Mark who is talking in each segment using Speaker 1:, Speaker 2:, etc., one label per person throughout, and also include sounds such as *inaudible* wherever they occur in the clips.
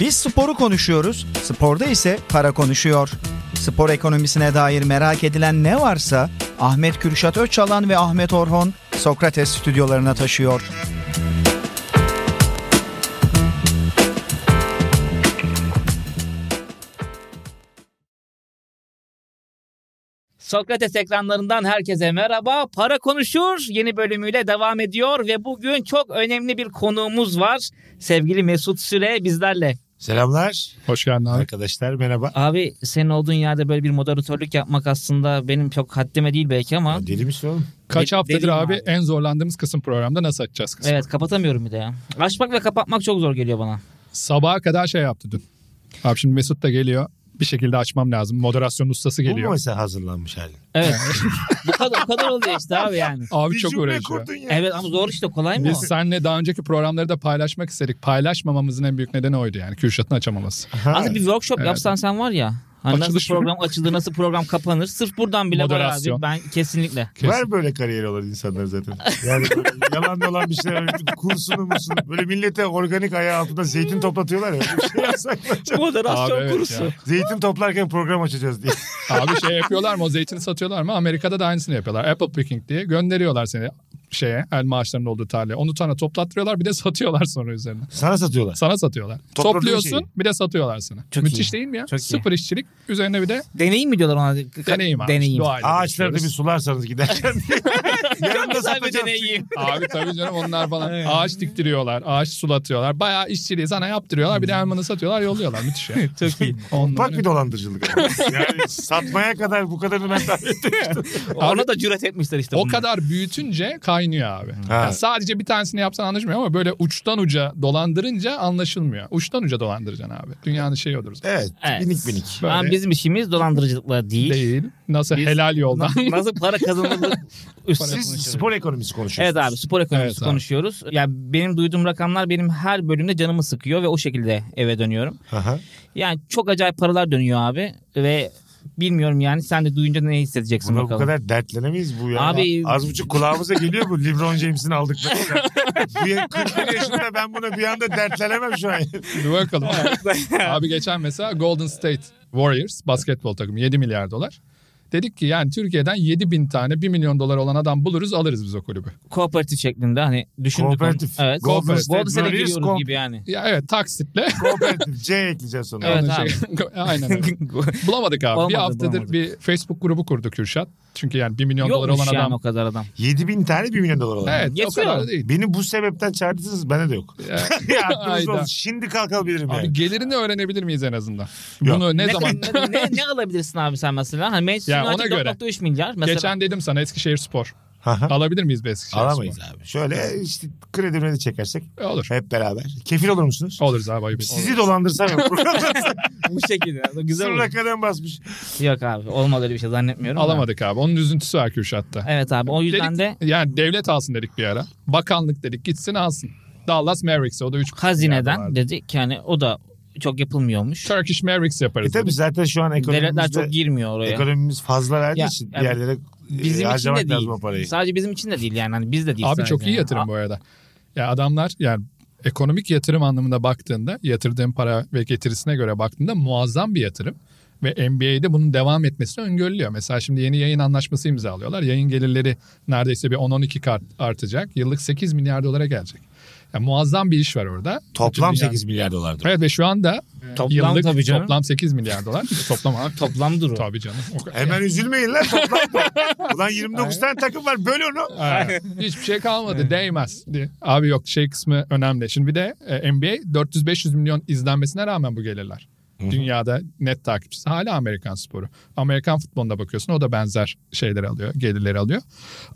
Speaker 1: Biz sporu konuşuyoruz, sporda ise para konuşuyor. Spor ekonomisine dair merak edilen ne varsa Ahmet Kürşat Öçalan ve Ahmet Orhon Sokrates stüdyolarına taşıyor.
Speaker 2: Sokrates ekranlarından herkese merhaba. Para konuşur yeni bölümüyle devam ediyor ve bugün çok önemli bir konuğumuz var. Sevgili Mesut Süre bizlerle.
Speaker 3: Selamlar
Speaker 4: Hoş geldin abi.
Speaker 3: arkadaşlar merhaba.
Speaker 2: Abi senin olduğun yerde böyle bir moderatörlük yapmak aslında benim çok haddime değil belki ama
Speaker 3: Deli misin oğlum?
Speaker 4: Kaç
Speaker 2: Deli-
Speaker 4: haftadır
Speaker 2: deliyim
Speaker 4: abi,
Speaker 2: abi.
Speaker 4: en zorlandığımız kısım programda nasıl açacağız kısmı?
Speaker 2: evet kapatamıyorum bir de ya. Açmak ve kapatmak çok zor geliyor bana.
Speaker 4: Sabaha kadar şey yaptı dün. Abi şimdi Mesut da geliyor. Bir şekilde açmam lazım. Moderasyon ustası
Speaker 3: Bu mu
Speaker 4: geliyor.
Speaker 3: mesela hazırlanmış halin?
Speaker 2: Evet. bu kadar bu kadar oluyor işte abi yani.
Speaker 4: Abi
Speaker 3: Bir
Speaker 4: çok
Speaker 3: cümle
Speaker 4: uğraşıyor.
Speaker 3: kurdun ya.
Speaker 2: Evet ama zor işte kolay mı?
Speaker 4: Biz seninle daha önceki programları da paylaşmak istedik. Paylaşmamamızın en büyük nedeni oydu yani. Kürşat'ın açamaması.
Speaker 3: Ha,
Speaker 2: Aslında bir workshop
Speaker 4: Evet.
Speaker 2: yapsan sen var ya. Hani nasıl
Speaker 4: Açılış mı?
Speaker 2: program açılır, nasıl program kapanır. Sırf buradan bile var abi.
Speaker 4: Moderasyon.
Speaker 2: Ben kesinlikle.
Speaker 4: Kesin.
Speaker 3: Var böyle kariyer olan insanlar zaten. *laughs* Yani böyle yalan dolan bir şeyler öğretip kursunu musunu. Böyle millete organik ayağı altında zeytin toplatıyorlar ya. Öyle bir şey yapsak mı
Speaker 2: *laughs*
Speaker 3: acaba?
Speaker 2: Moderasyon
Speaker 4: Abi evet
Speaker 2: kursu.
Speaker 4: ya.
Speaker 3: Zeytin toplarken program açacağız diye.
Speaker 4: Abi şey yapıyorlar mı? O zeytini satıyorlar mı? Amerika'da da aynısını yapıyorlar. Apple picking diye gönderiyorlar seni şeye elma ağaçlarının olduğu tarlaya. Onu tane toplattırıyorlar bir de satıyorlar sonra üzerine.
Speaker 3: Sana satıyorlar.
Speaker 4: Sana satıyorlar.
Speaker 3: Topladığı
Speaker 4: Topluyorsun
Speaker 3: şeyi.
Speaker 4: bir de satıyorlar sana.
Speaker 2: Çok
Speaker 4: Müthiş
Speaker 2: iyi.
Speaker 4: değil mi ya?
Speaker 2: Çok iyi.
Speaker 4: Sıfır işçilik üzerine bir de
Speaker 2: Deneyim mi diyorlar ona?
Speaker 4: deneyim abi.
Speaker 2: Deneyim.
Speaker 4: Doğayla
Speaker 3: Ağaçları da bir
Speaker 4: uğraşıyoruz.
Speaker 3: sularsanız giderken.
Speaker 2: *laughs*
Speaker 3: Yarın da
Speaker 2: Güzel bir
Speaker 3: satacağız.
Speaker 2: deneyim.
Speaker 4: *laughs* Abi tabii canım onlar falan ağaç diktiriyorlar, ağaç sulatıyorlar. Bayağı işçiliği sana yaptırıyorlar. Bir de elmanı satıyorlar, yolluyorlar. Müthiş ya.
Speaker 2: Hmm. *laughs* Çok
Speaker 4: *laughs*
Speaker 2: iyi.
Speaker 4: On
Speaker 3: Bak
Speaker 4: numara.
Speaker 3: bir dolandırıcılık. ama. Yani satmaya kadar bu kadarını ben tahmin etmemiştim.
Speaker 2: Ona da cüret etmişler işte.
Speaker 4: O
Speaker 2: bunlar.
Speaker 4: kadar büyütünce kaynıyor abi.
Speaker 2: Hmm.
Speaker 3: Ha.
Speaker 4: Yani sadece bir tanesini yapsan anlaşmıyor ama böyle uçtan uca dolandırınca anlaşılmıyor. Uçtan uca dolandıracaksın abi. Dünyanın şeyi odur zaten.
Speaker 3: Evet,
Speaker 2: Evet.
Speaker 3: minik minik.
Speaker 4: Böyle
Speaker 2: Ama bizim işimiz dolandırıcılıkla değil.
Speaker 4: değil. Nasıl
Speaker 2: Biz-
Speaker 4: helal yoldan.
Speaker 2: *laughs* Nasıl para kazanılır üstüne
Speaker 3: Siz
Speaker 2: konuşuyoruz.
Speaker 3: spor ekonomisi
Speaker 2: Evet
Speaker 3: konuşuyorsunuz.
Speaker 2: abi spor ekonomisi
Speaker 4: Evet abi.
Speaker 2: konuşuyoruz. Ya benim duyduğum rakamlar benim her bölümde canımı sıkıyor ve o şekilde eve dönüyorum.
Speaker 3: Aha.
Speaker 2: Yani çok acayip paralar dönüyor abi ve bilmiyorum yani sen de duyunca ne hissedeceksin
Speaker 3: Buna bu
Speaker 2: bakalım.
Speaker 3: kadar dertlenemeyiz bu ya.
Speaker 2: Abi-
Speaker 3: Az buçuk kulağımıza geliyor bu LeBron James'in aldıkları. şey. bu ya- 41 yaşında ben buna bir anda dertlenemem şu an.
Speaker 2: *laughs*
Speaker 4: Bir bakalım. Abi geçen mesela Golden State Warriors basketbol takımı 7 milyar dolar. Dedik ki yani Türkiye'den 7 bin tane 1 milyon dolar olan adam buluruz alırız biz o kulübü.
Speaker 2: Kooperatif şeklinde hani düşündük. onu.
Speaker 3: Kooperatif.
Speaker 2: Evet.
Speaker 3: Golden
Speaker 2: Golden
Speaker 3: State
Speaker 2: State'e
Speaker 3: Warriors
Speaker 2: giriyoruz
Speaker 3: komp-
Speaker 2: gibi yani.
Speaker 4: Ya evet taksitle. *laughs*
Speaker 3: Kooperatif C ekleyeceğiz sonra.
Speaker 2: Evet.
Speaker 4: Onun şey- *laughs*
Speaker 2: *laughs*
Speaker 4: Aynen öyle. Bulamadık abi.
Speaker 2: Olmadı,
Speaker 4: bir haftadır
Speaker 2: bulamadık.
Speaker 4: bir Facebook grubu kurdu Kürşat. Çünkü yani 1 milyon dolar
Speaker 2: Yokmuş
Speaker 4: olan
Speaker 2: yani
Speaker 4: adam.
Speaker 2: o kadar adam.
Speaker 3: 7 bin tane 1 milyon dolar olan.
Speaker 4: Evet o
Speaker 2: Yetiyor.
Speaker 4: kadar da değil.
Speaker 3: Beni bu sebepten çağırdınız bende de yok.
Speaker 4: Ya,
Speaker 3: *laughs* ya aklınız
Speaker 4: Hayda.
Speaker 3: olsun. Şimdi kalkabilirim yani.
Speaker 4: *laughs* Abi gelirini öğrenebilir miyiz en azından?
Speaker 3: Yok.
Speaker 4: Bunu ne,
Speaker 2: Ne,
Speaker 4: zaman?
Speaker 2: ne, ne, ne alabilirsin abi sen mesela? Hani Manchester
Speaker 4: Ya ona
Speaker 2: United
Speaker 4: göre.
Speaker 2: 4.3 milyar mesela.
Speaker 4: Geçen dedim sana Eskişehir Spor.
Speaker 3: Aha.
Speaker 4: Alabilir miyiz bir Eskişehir
Speaker 3: Alamayız abi. Şöyle işte kredi de çekersek
Speaker 4: Spor? E, Olur.
Speaker 3: hep beraber. Kefil olur musunuz?
Speaker 4: Oluruz abi ayıp.
Speaker 3: Sizi dolandırsam yok.
Speaker 2: *laughs* bu şekilde. Güzel
Speaker 3: Sonra
Speaker 2: olur.
Speaker 3: kadem basmış. E
Speaker 2: Yok abi olmadı öyle bir şey zannetmiyorum. da.
Speaker 4: Alamadık abi. Onun üzüntüsü var Kürşat'ta.
Speaker 2: Evet abi o yüzden
Speaker 4: Dedik-
Speaker 2: de
Speaker 4: Yani devlet alsın dedik bir ara. Bakanlık dedik gitsin alsın. Dallas Mavericks'e o da 3
Speaker 2: hazineden dedik yani o da çok yapılmıyormuş.
Speaker 4: Turkish Mavericks
Speaker 3: E
Speaker 4: yaparız.
Speaker 3: tabii
Speaker 4: dedik.
Speaker 3: zaten şu an
Speaker 2: Devletler
Speaker 3: ekonomimizde,
Speaker 2: çok girmiyor oraya.
Speaker 3: ekonomimiz fazla verdiği
Speaker 2: Ya,
Speaker 3: için
Speaker 2: yani
Speaker 3: bir yerlere
Speaker 2: bizim
Speaker 3: e,
Speaker 2: için de
Speaker 3: harcamak lazım o
Speaker 2: değil.
Speaker 3: parayı.
Speaker 2: Sadece bizim için de değil yani hani biz de değil.
Speaker 4: Abi
Speaker 2: sadece
Speaker 4: çok iyi
Speaker 2: yani.
Speaker 4: yatırım bu arada. Ya adamlar yani ekonomik yatırım anlamında baktığında yatırdığın para ve getirisine göre baktığında muazzam bir yatırım. Ve NBA'de bunun devam etmesini öngörülüyor. Mesela şimdi yeni yayın anlaşması imzalıyorlar. Yayın gelirleri neredeyse bir 10-12 kart artacak. Yıllık 8 milyar dolara gelecek. Yani muazzam bir iş var orada.
Speaker 3: Toplam
Speaker 4: Bütün dünya-
Speaker 3: 8 milyar dolardır.
Speaker 4: Evet ve şu anda
Speaker 2: Toplam
Speaker 4: yıllık
Speaker 2: tabii canım.
Speaker 4: toplam 8
Speaker 2: *laughs*
Speaker 4: milyar dolar. toplam abi.
Speaker 2: Toplam durum.
Speaker 4: Tabii canım. O kadar.
Speaker 3: Hemen üzülmeyin lan toplam. bu. Ulan 29 tane takım var böl onu.
Speaker 4: Aynen. Hiçbir şey kalmadı değmez diye. Abi yok şey kısmı önemli. Şimdi bir de e, NBA 400-500 milyon izlenmesine rağmen bu gelirler. Dünyada net takipçisi hala Amerikan sporu. Amerikan futboluna bakıyorsun o da benzer şeyleri alıyor, gelirleri alıyor.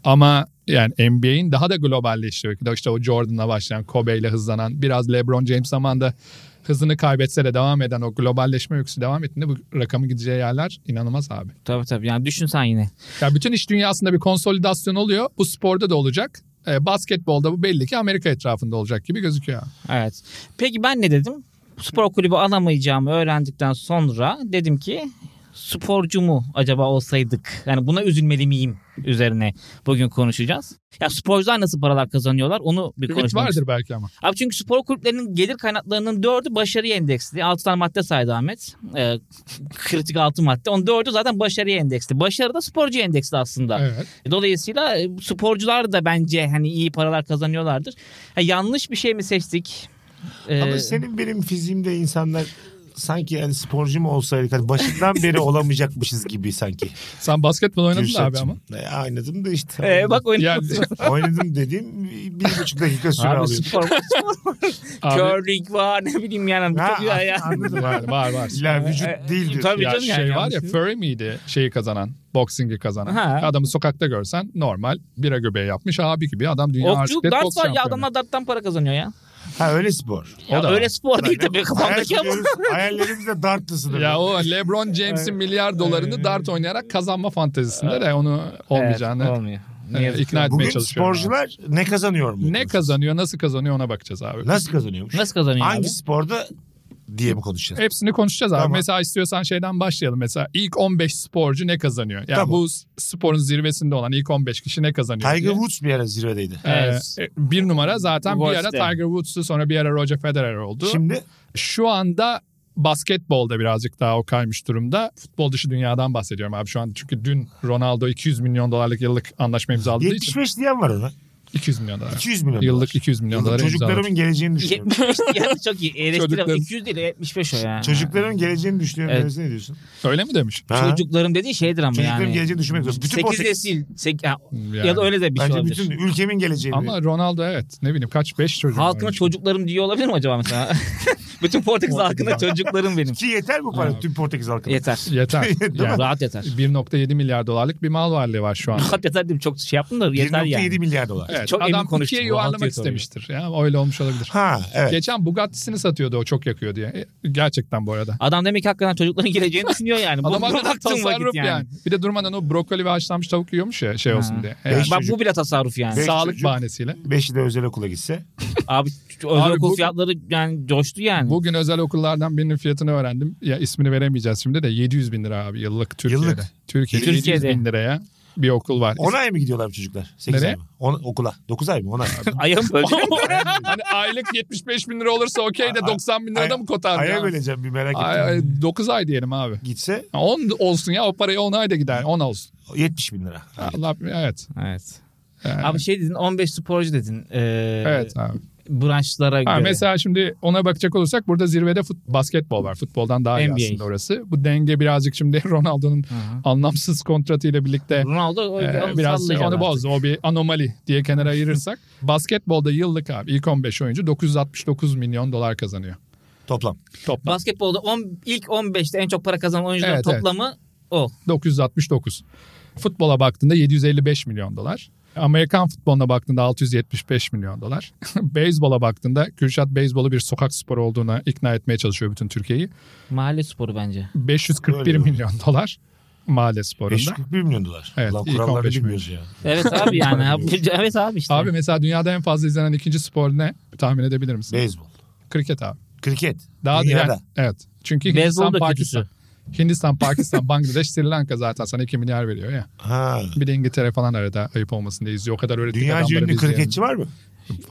Speaker 4: Ama yani NBA'in daha da globalleşiyor. İşte o Jordan'la başlayan, Kobe ile hızlanan, biraz LeBron James zamanında hızını kaybetse de devam eden o globalleşme öyküsü devam ettiğinde bu rakamın gideceği yerler inanılmaz abi.
Speaker 2: Tabii tabii yani düşün sen yine.
Speaker 4: Ya bütün iş dünyasında bir konsolidasyon oluyor. Bu sporda da olacak. E, basketbolda bu belli ki Amerika etrafında olacak gibi gözüküyor.
Speaker 2: Evet. Peki ben ne dedim? Spor kulübü alamayacağımı öğrendikten sonra dedim ki sporcu mu acaba olsaydık? Yani buna üzülmeli miyim? üzerine bugün konuşacağız. Ya sporcular nasıl paralar kazanıyorlar onu bir
Speaker 4: Limit
Speaker 2: konuşalım.
Speaker 4: vardır belki ama.
Speaker 2: Abi çünkü spor kulüplerinin gelir kaynaklarının dördü başarıya endeksli. Altı tane madde saydı Ahmet. Ee, kritik altı madde. Onun dördü zaten başarıya endeksli. Başarı da sporcu endeksli aslında.
Speaker 4: Evet.
Speaker 2: Dolayısıyla e, sporcular da bence hani iyi paralar kazanıyorlardır. Ha, yanlış bir şey mi seçtik? Ee,
Speaker 3: Ama şey- senin benim fiziğimde insanlar sanki yani sporcu mu olsaydık hani başından beri olamayacakmışız
Speaker 2: *laughs*
Speaker 3: gibi sanki.
Speaker 4: Sen basketbol oynadın da abi
Speaker 3: Kürşat'cığım.
Speaker 4: ama.
Speaker 3: E, Oynadım da işte.
Speaker 2: e, bak oyun-
Speaker 4: Yani,
Speaker 3: *laughs* Oynadım dediğim bir buçuk dakika
Speaker 2: *laughs*
Speaker 3: süre
Speaker 2: Abi
Speaker 3: alıyor.
Speaker 2: spor,
Speaker 4: *laughs* abi,
Speaker 2: curling var ne bileyim yani.
Speaker 3: Ha,
Speaker 2: Ha, ya.
Speaker 3: anladım.
Speaker 4: var
Speaker 2: *laughs*
Speaker 4: var var.
Speaker 3: La vücut
Speaker 2: E, e,
Speaker 3: değil diyor.
Speaker 2: tabii.
Speaker 4: ya
Speaker 2: canım yani
Speaker 4: şey var ya
Speaker 2: yanlış.
Speaker 4: Furry miydi şeyi kazanan? Boxing'i kazanan.
Speaker 2: Ha.
Speaker 4: Adamı sokakta görsen normal bira göbeği yapmış abi gibi adam dünya
Speaker 2: Okçu,
Speaker 4: arsiklet boks
Speaker 2: dart var ya
Speaker 4: şampiyonu.
Speaker 2: adamlar darttan para kazanıyor ya.
Speaker 3: Ha öyle spor.
Speaker 4: O
Speaker 2: Ya
Speaker 4: da
Speaker 2: öyle
Speaker 4: var.
Speaker 2: spor değil tabii kafamdaki ama.
Speaker 3: Hayallerimiz, hayallerimiz de darttı sınırı.
Speaker 4: Ya o LeBron James'in milyar dolarını dart oynayarak kazanma fantezisinde de onu olmayacağını
Speaker 2: Evet, olmuyor. Ne
Speaker 4: e,
Speaker 2: yazık ki.
Speaker 4: ikna etmeye
Speaker 3: Bugün
Speaker 4: çalışıyorum. abi.
Speaker 3: sporcular ne kazanıyor mu?
Speaker 4: ne kazanıyor, nasıl kazanıyor ona bakacağız abi.
Speaker 3: Nasıl kazanıyormuş?
Speaker 2: Nasıl kazanıyor abi?
Speaker 3: Hangi sporda diye mi konuşacağız?
Speaker 4: Hepsini konuşacağız abi.
Speaker 3: Tamam.
Speaker 4: Mesela istiyorsan şeyden başlayalım. Mesela ilk 15 sporcu ne kazanıyor? Yani
Speaker 3: Tamam.
Speaker 4: bu sporun zirvesinde olan ilk 15 kişi ne kazanıyor?
Speaker 3: Tiger
Speaker 4: diye.
Speaker 3: Woods bir ara zirvedeydi.
Speaker 4: Ee,
Speaker 2: Evet.
Speaker 4: e, bir numara zaten bir ara
Speaker 2: Woods'te.
Speaker 4: Tiger Woods'tu sonra bir ara Roger Federer oldu.
Speaker 3: Şimdi
Speaker 4: Şu anda basketbolda birazcık daha o kaymış durumda. Futbol dışı dünyadan bahsediyorum abi şu anda. Çünkü dün Ronaldo 200 milyon dolarlık yıllık anlaşma imzaladığı için
Speaker 3: 75 diyen var ona.
Speaker 4: 200 milyon dolar.
Speaker 3: 200 milyon.
Speaker 4: Yıllık 200 milyon dolar imzaladı.
Speaker 3: Çocuklarımın geleceğini düşünüyorum.
Speaker 2: 75 yani çok iyi. Eleştirelim.
Speaker 4: Çocukların-
Speaker 2: 200 değil 75 o ya.
Speaker 3: Çocuklarımın geleceğini düşünüyorum.
Speaker 2: Evet. şey
Speaker 3: Deniz, Ne diyorsun?
Speaker 4: Öyle mi demiş?
Speaker 3: Ha?
Speaker 2: Çocuklarım dediği şeydir ama
Speaker 3: Çocukların
Speaker 2: yani.
Speaker 3: geleceğini düşünmek zor. Bütün
Speaker 2: 8
Speaker 3: Portekiz-
Speaker 2: nesil. sek- ya,
Speaker 4: Yani.
Speaker 2: ya da öyle de bir şey
Speaker 3: Bence
Speaker 2: olabilir.
Speaker 3: bütün ülkemin geleceğini.
Speaker 4: Ama Ronaldo evet ne bileyim kaç 5 çocuk
Speaker 2: Halkına
Speaker 4: varmış.
Speaker 2: çocuklarım diyor olabilir mi acaba
Speaker 4: *laughs*
Speaker 2: mesela? bütün Portekiz halkına çocuklarım benim.
Speaker 3: Ki yeter bu para tüm Portekiz halkına.
Speaker 2: Yeter. *laughs*
Speaker 4: Yeter. yani
Speaker 2: Rahat yeter.
Speaker 4: 1.7 milyar dolarlık bir mal varlığı var şu an.
Speaker 2: Rahat yeter dedim *laughs* çok şey yaptım da yeter
Speaker 3: 1.7
Speaker 2: yani.
Speaker 3: milyar dolar.
Speaker 4: Evet,
Speaker 2: Çok emin
Speaker 4: adam
Speaker 2: konuştum.
Speaker 4: ikiye
Speaker 2: Rahat
Speaker 4: yuvarlamak
Speaker 2: yeter oluyor.
Speaker 4: istemiştir. Ya, öyle olmuş olabilir.
Speaker 3: Ha evet.
Speaker 4: Geçen Bugatti'sini satıyordu o çok yakıyor diye. E, Gerçekten
Speaker 2: *laughs*
Speaker 4: bu arada.
Speaker 2: Adam demek ki hakikaten çocukların geleceğini düşünüyor yani. Bu,
Speaker 4: Adam
Speaker 2: bu
Speaker 4: hakikaten
Speaker 2: baktığın vakit
Speaker 4: tasarruf
Speaker 2: yani.
Speaker 4: yani. Bir de durmadan o brokoli ve haşlanmış tavuk yiyormuş ya şey olsun
Speaker 2: Ha.
Speaker 4: diye.
Speaker 3: Beş
Speaker 4: Yani
Speaker 2: Bak
Speaker 3: çocuk.
Speaker 2: bu bile tasarruf yani.
Speaker 3: Beş
Speaker 4: sağlık
Speaker 3: çocuk.
Speaker 4: bahanesiyle.
Speaker 3: Beşi de özel okula gitse.
Speaker 2: Abi şu özel
Speaker 4: Abi
Speaker 2: okul
Speaker 4: bu-
Speaker 2: fiyatları yani coştu yani.
Speaker 4: Bugün özel okullardan birinin fiyatını öğrendim. Ya ismini veremeyeceğiz şimdi de 700 bin lira abi yıllık Türkiye'de.
Speaker 3: Yıllık.
Speaker 4: Türkiye'de,
Speaker 2: Türkiye'de.
Speaker 4: 700 bin liraya bir okul var.
Speaker 3: On ay mı gidiyorlar bu çocuklar? 8
Speaker 4: Nereye?
Speaker 3: ay mı? On- okula. 9 ay mı?
Speaker 4: *laughs*
Speaker 3: 10 ay mı?
Speaker 2: Ayağım böldü. *laughs*
Speaker 4: hani aylık 75 bin lira olursa okey de 90 bin lira da mı kotar?
Speaker 3: Aya
Speaker 4: ya?
Speaker 3: böleceğim bir merak
Speaker 4: Ay,
Speaker 3: ettim.
Speaker 4: 9 ay diyelim abi.
Speaker 3: Gitse
Speaker 4: 10 olsun ya o parayı 10 ayda gider. 10 olsun.
Speaker 3: 70 bin lira.
Speaker 4: Allah evet.
Speaker 2: evet.
Speaker 4: Yani,
Speaker 2: Abi şey dedin 15 sporcu dedin. Ee,
Speaker 4: evet abi.
Speaker 2: Branşlara
Speaker 4: Ha,
Speaker 2: göre.
Speaker 4: mesela şimdi ona bakacak olursak burada zirvede fut, basketbol var. Futboldan daha iyi
Speaker 2: NBA.
Speaker 4: aslında orası. Bu denge birazcık şimdi *laughs* Ronaldo'nun
Speaker 2: Hı.
Speaker 4: anlamsız kontratıyla birlikte
Speaker 2: Ronaldo o-
Speaker 4: e,
Speaker 2: o-
Speaker 4: biraz
Speaker 2: sallayacak
Speaker 4: onu
Speaker 2: artık.
Speaker 4: bozdu. O bir anomali diye kenara ayırırsak. Basketbolda yıllık abi ilk 15 oyuncu 969 milyon dolar kazanıyor.
Speaker 3: Toplam.
Speaker 4: Toplam
Speaker 2: Basketbolda on, ilk 15'te en çok para kazanan oyuncuların
Speaker 4: Evet, evet.
Speaker 2: toplamı o.
Speaker 4: 969. Futbola baktığında 755 milyon dolar. Amerikan futboluna baktığında 675 milyon dolar. *laughs* Beyzbola baktığında Kürşat beyzbolu bir sokak sporu olduğuna ikna etmeye çalışıyor bütün Türkiye'yi.
Speaker 2: Mahalle sporu bence.
Speaker 4: 541
Speaker 3: Öyle mi?
Speaker 4: milyon dolar mahalle sporunda.
Speaker 3: 541 milyon dolar.
Speaker 4: Evet,
Speaker 3: Lan
Speaker 4: ilk
Speaker 3: kuralları
Speaker 4: 15
Speaker 3: bilmiyoruz ya.
Speaker 2: Evet *laughs* abi yani. abi, evet abi işte.
Speaker 4: Abi mesela dünyada en fazla izlenen ikinci spor ne? Tahmin edebilir misin?
Speaker 3: Beyzbol.
Speaker 4: Kriket abi.
Speaker 3: Kriket.
Speaker 4: Daha
Speaker 3: Dünyada.
Speaker 4: yani- evet. Çünkü
Speaker 2: Beyzbol
Speaker 4: Hindistan,
Speaker 2: da
Speaker 4: Pakistan.
Speaker 2: kötüsü.
Speaker 3: *laughs*
Speaker 4: Hindistan, Pakistan, Bangladeş, Sri Lanka zaten sana 2 milyar veriyor ya.
Speaker 3: Ha.
Speaker 4: Bir de İngiltere falan arada ayıp olmasın diye izliyor. O kadar öğrettik
Speaker 3: Dünya
Speaker 4: adamları
Speaker 3: ünlü
Speaker 4: biz yani.
Speaker 3: kriketçi var mı?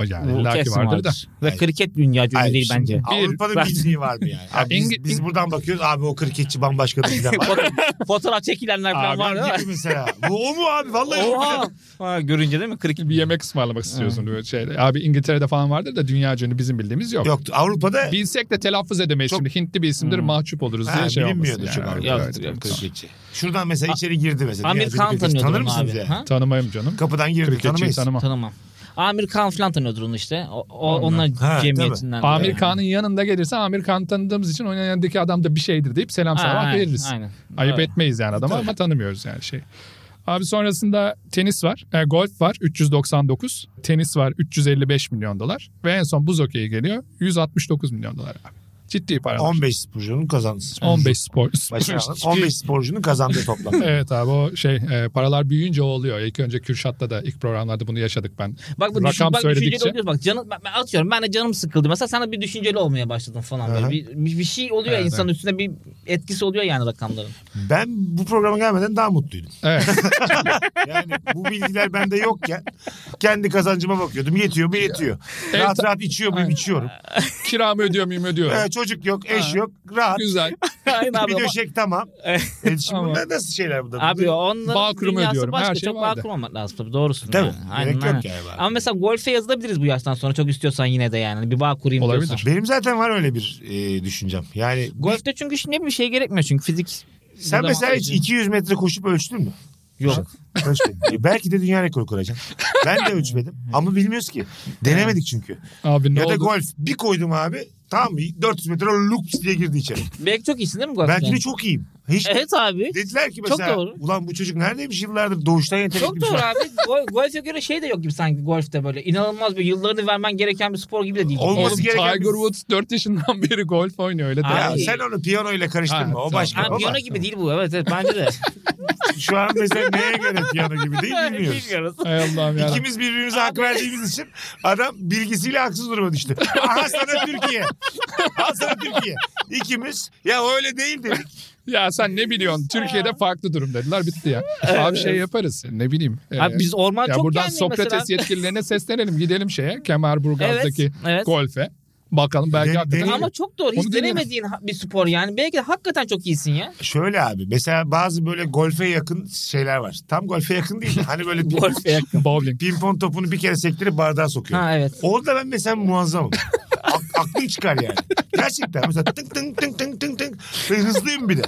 Speaker 4: Yani
Speaker 2: Bu
Speaker 4: illaki
Speaker 2: kesin
Speaker 4: vardır da.
Speaker 2: vardır. Ve kriket dünya cümle
Speaker 3: Hayır,
Speaker 2: değil
Speaker 3: şimdi
Speaker 4: *laughs*
Speaker 2: bence.
Speaker 3: Avrupa'da
Speaker 2: Ben-
Speaker 3: bir izniği var mı yani? Abi biz,
Speaker 4: İngi-
Speaker 3: biz buradan bakıyoruz. Abi o kriketçi bambaşka bir
Speaker 2: *laughs*
Speaker 3: filan var.
Speaker 2: Foto- Fotoğraf çekilenler falan
Speaker 4: Abi,
Speaker 2: var değil mi?
Speaker 3: Gibi mesela. Bu o mu abi? Vallahi o.
Speaker 2: *laughs* Oha. Ha, görünce değil mi? Kriket.
Speaker 4: bir yemek ısmarlamak istiyorsun böyle şeyle. Abi İngiltere'de falan vardır da dünya ünlü bizim bildiğimiz yok.
Speaker 3: Yoktu. Avrupa'da
Speaker 4: Bilsek de telaffuz edemeyiz.
Speaker 3: Çok-
Speaker 4: Şimdi Hintli bir isimdir
Speaker 2: Hmm.
Speaker 4: mahcup oluruz diye
Speaker 3: ha,
Speaker 4: şey olmasın.
Speaker 3: bilinmiyordu
Speaker 4: yani.
Speaker 3: çok Avrupa'da.
Speaker 2: Yok,
Speaker 4: Evet,
Speaker 2: yok,
Speaker 4: evet.
Speaker 3: Kriketçi. Şuradan mesela içeri girdi mesela.
Speaker 2: Amir
Speaker 3: Dünya
Speaker 2: Khan
Speaker 3: ünlü kriketçi.
Speaker 2: tanıyordur
Speaker 3: Tanır
Speaker 2: onu
Speaker 3: mısınız
Speaker 2: abi.
Speaker 3: yani?
Speaker 2: Ha?
Speaker 4: Tanımayım canım.
Speaker 3: Kapıdan girdi
Speaker 4: Kriketçiyi
Speaker 3: tanımayız.
Speaker 4: tanımam.
Speaker 2: Tanımam. Amir Khan falan tanıyordur onu işte. O, o
Speaker 4: Ondan.
Speaker 2: onlar
Speaker 3: Ha,
Speaker 2: cemiyetinden.
Speaker 4: Amir
Speaker 2: Yani.
Speaker 4: Khan'ın yanında gelirse Amir Khan tanıdığımız için onun yanındaki adam da bir şeydir deyip selam
Speaker 2: Ha,
Speaker 4: selam
Speaker 2: aynen,
Speaker 4: veririz.
Speaker 2: aynen.
Speaker 4: Ayıp
Speaker 2: Evet.
Speaker 4: etmeyiz yani adama ama tanımıyoruz yani şey. Abi sonrasında tenis var, e, golf var 399, tenis var 355 milyon dolar ve en son buz hokeyi geliyor 169 milyon dolar abi. Ciddi paralar.
Speaker 3: 15 sporcunun kazandısı.
Speaker 4: 15 spor.
Speaker 3: Başlayalım. 15 sporcunun kazandığı toplam.
Speaker 4: Evet abi o şey e, paralar büyüyünce o oluyor. İlk önce Kürşat'ta da ilk programlarda bunu yaşadık ben.
Speaker 2: Bak bu
Speaker 4: Rakam
Speaker 2: düşün, bak düşünceli
Speaker 4: söyledikçe-
Speaker 2: oluyoruz. Bak canım ben, ben atıyorum ben de canım sıkıldı. Mesela sana bir düşünceli olmaya başladım falan böyle.
Speaker 3: Aha.
Speaker 2: Bir, bir, bir şey oluyor
Speaker 4: Evet,
Speaker 2: insanın üstüne bir etkisi oluyor yani
Speaker 4: *laughs*
Speaker 2: rakamların.
Speaker 3: Ben bu programa gelmeden daha mutluydum. *laughs*
Speaker 4: Evet.
Speaker 3: Yani bu bilgiler bende yokken kendi kazancıma bakıyordum. Yetiyor mu yetiyor.
Speaker 4: Evet.
Speaker 3: Rahat rahat içiyor muyum içiyorum.
Speaker 4: Kiramı ödüyor muyum ödüyorum.
Speaker 3: Ee, çocuk yok, eş
Speaker 4: Ha.
Speaker 3: yok. Rahat.
Speaker 4: Güzel.
Speaker 2: Aynen abi.
Speaker 3: Bir döşek tamam. E şimdi
Speaker 4: Ama-
Speaker 3: bunlar nasıl şeyler burada?
Speaker 2: Abi onların
Speaker 4: Bağkur'umu
Speaker 2: dünyası
Speaker 4: ödüyorum.
Speaker 2: başka.
Speaker 4: Her şey
Speaker 2: Çok
Speaker 4: vardı.
Speaker 2: bağ kurmamak lazım tabii doğrusun.
Speaker 3: Tabii.
Speaker 2: yani. Aynen,
Speaker 3: Gerek
Speaker 2: aynen.
Speaker 3: yok yani. bari.
Speaker 2: Ama mesela golfe yazılabiliriz bu yaştan sonra çok istiyorsan yine de yani Hani bir bağ kurayım
Speaker 4: Olabilir.
Speaker 2: diyorsan.
Speaker 3: Benim zaten var öyle bir e, düşüncem. Yani
Speaker 2: Golfte çünkü şimdi bir şey gerekmiyor çünkü fizik.
Speaker 3: sen
Speaker 2: Burada
Speaker 3: mesela hiç
Speaker 2: mahvedin.
Speaker 3: 200 metre koşup ölçtün mü?
Speaker 2: Yok.
Speaker 3: Ölçmedim. E, Belki de dünya rekoru kuracaksın. Ben
Speaker 2: *laughs*
Speaker 3: de ölçmedim ama bilmiyoruz ki. Denemedik çünkü.
Speaker 4: Abi ne
Speaker 3: Ya da
Speaker 4: oldu?
Speaker 3: golf bir koydum abi tamam mı? 400 metre lups diye girdi içeri.
Speaker 2: Belki çok iyisin değil mi golfte?
Speaker 3: Ben yine çok iyiyim. *laughs* Hiç
Speaker 2: Evet abi.
Speaker 3: Dediler ki
Speaker 2: Çok
Speaker 3: mesela
Speaker 2: doğru.
Speaker 3: ulan bu çocuk neredeymiş yıllardır doğuştan
Speaker 2: Çok
Speaker 3: yetenekli bir
Speaker 2: doğru
Speaker 3: şey.
Speaker 2: abi. Gol, golfe göre şey de yok gibi sanki golfte böyle. inanılmaz bir yıllarını vermen gereken bir spor gibi de değil.
Speaker 3: Olmaz.
Speaker 4: Oğlum
Speaker 3: olması gereken
Speaker 4: Tiger
Speaker 3: bir-
Speaker 4: Woods 4 yaşından beri golf oynuyor öyle de.
Speaker 2: Abi-
Speaker 3: Ya sen onu piyano ile karıştırma.
Speaker 4: Ha,
Speaker 3: o
Speaker 4: tamam.
Speaker 3: başka.
Speaker 2: Ha,
Speaker 3: o
Speaker 2: piyano
Speaker 3: başka.
Speaker 2: gibi değil bu. Evet evet bence de.
Speaker 3: Şu an mesela neye göre piyano
Speaker 2: *laughs*
Speaker 3: gibi değil *laughs* bilmiyoruz.
Speaker 4: Hay Allah'ım ya.
Speaker 3: İkimiz birbirimize hak verdiğimiz için adam bilgisiyle haksız duruma düştü. Aha sana Türkiye. Aha sana Türkiye. İkimiz ya öyle değil dedik.
Speaker 4: Ya sen ne biliyorsun? Türkiye'de farklı durum dediler bitti ya. Abi şey yaparız ne bileyim. Ee,
Speaker 2: Abi biz orman
Speaker 4: ya
Speaker 2: çok
Speaker 4: buradan
Speaker 2: gelmiyor
Speaker 4: Sokrates
Speaker 2: mesela.
Speaker 4: yetkililerine seslenelim. Gidelim şeye Kemerburgaz'daki
Speaker 2: Evet, evet.
Speaker 4: golfe. Bakalım belki
Speaker 3: Den-
Speaker 4: hakikaten.
Speaker 3: deneyelim.
Speaker 2: Ama çok doğru. Hiç
Speaker 4: Onu deneyelim.
Speaker 2: denemediğin ha- bir spor yani. Belki de hakikaten çok iyisin ya.
Speaker 4: *laughs*
Speaker 3: Şöyle abi mesela bazı böyle golfe yakın şeyler var. Tam golfe yakın değil. de Hani böyle bir
Speaker 2: Golfe
Speaker 4: şey
Speaker 2: yakın.
Speaker 4: *laughs* Bowling.
Speaker 3: pimpon topunu bir kere sektirip bardağa sokuyor.
Speaker 2: Ha evet.
Speaker 3: Orada ben mesela muazzamım. A- aklım çıkar yani. Gerçekten mesela tın tın tın tın tın tın. Ve hızlıyım bir de.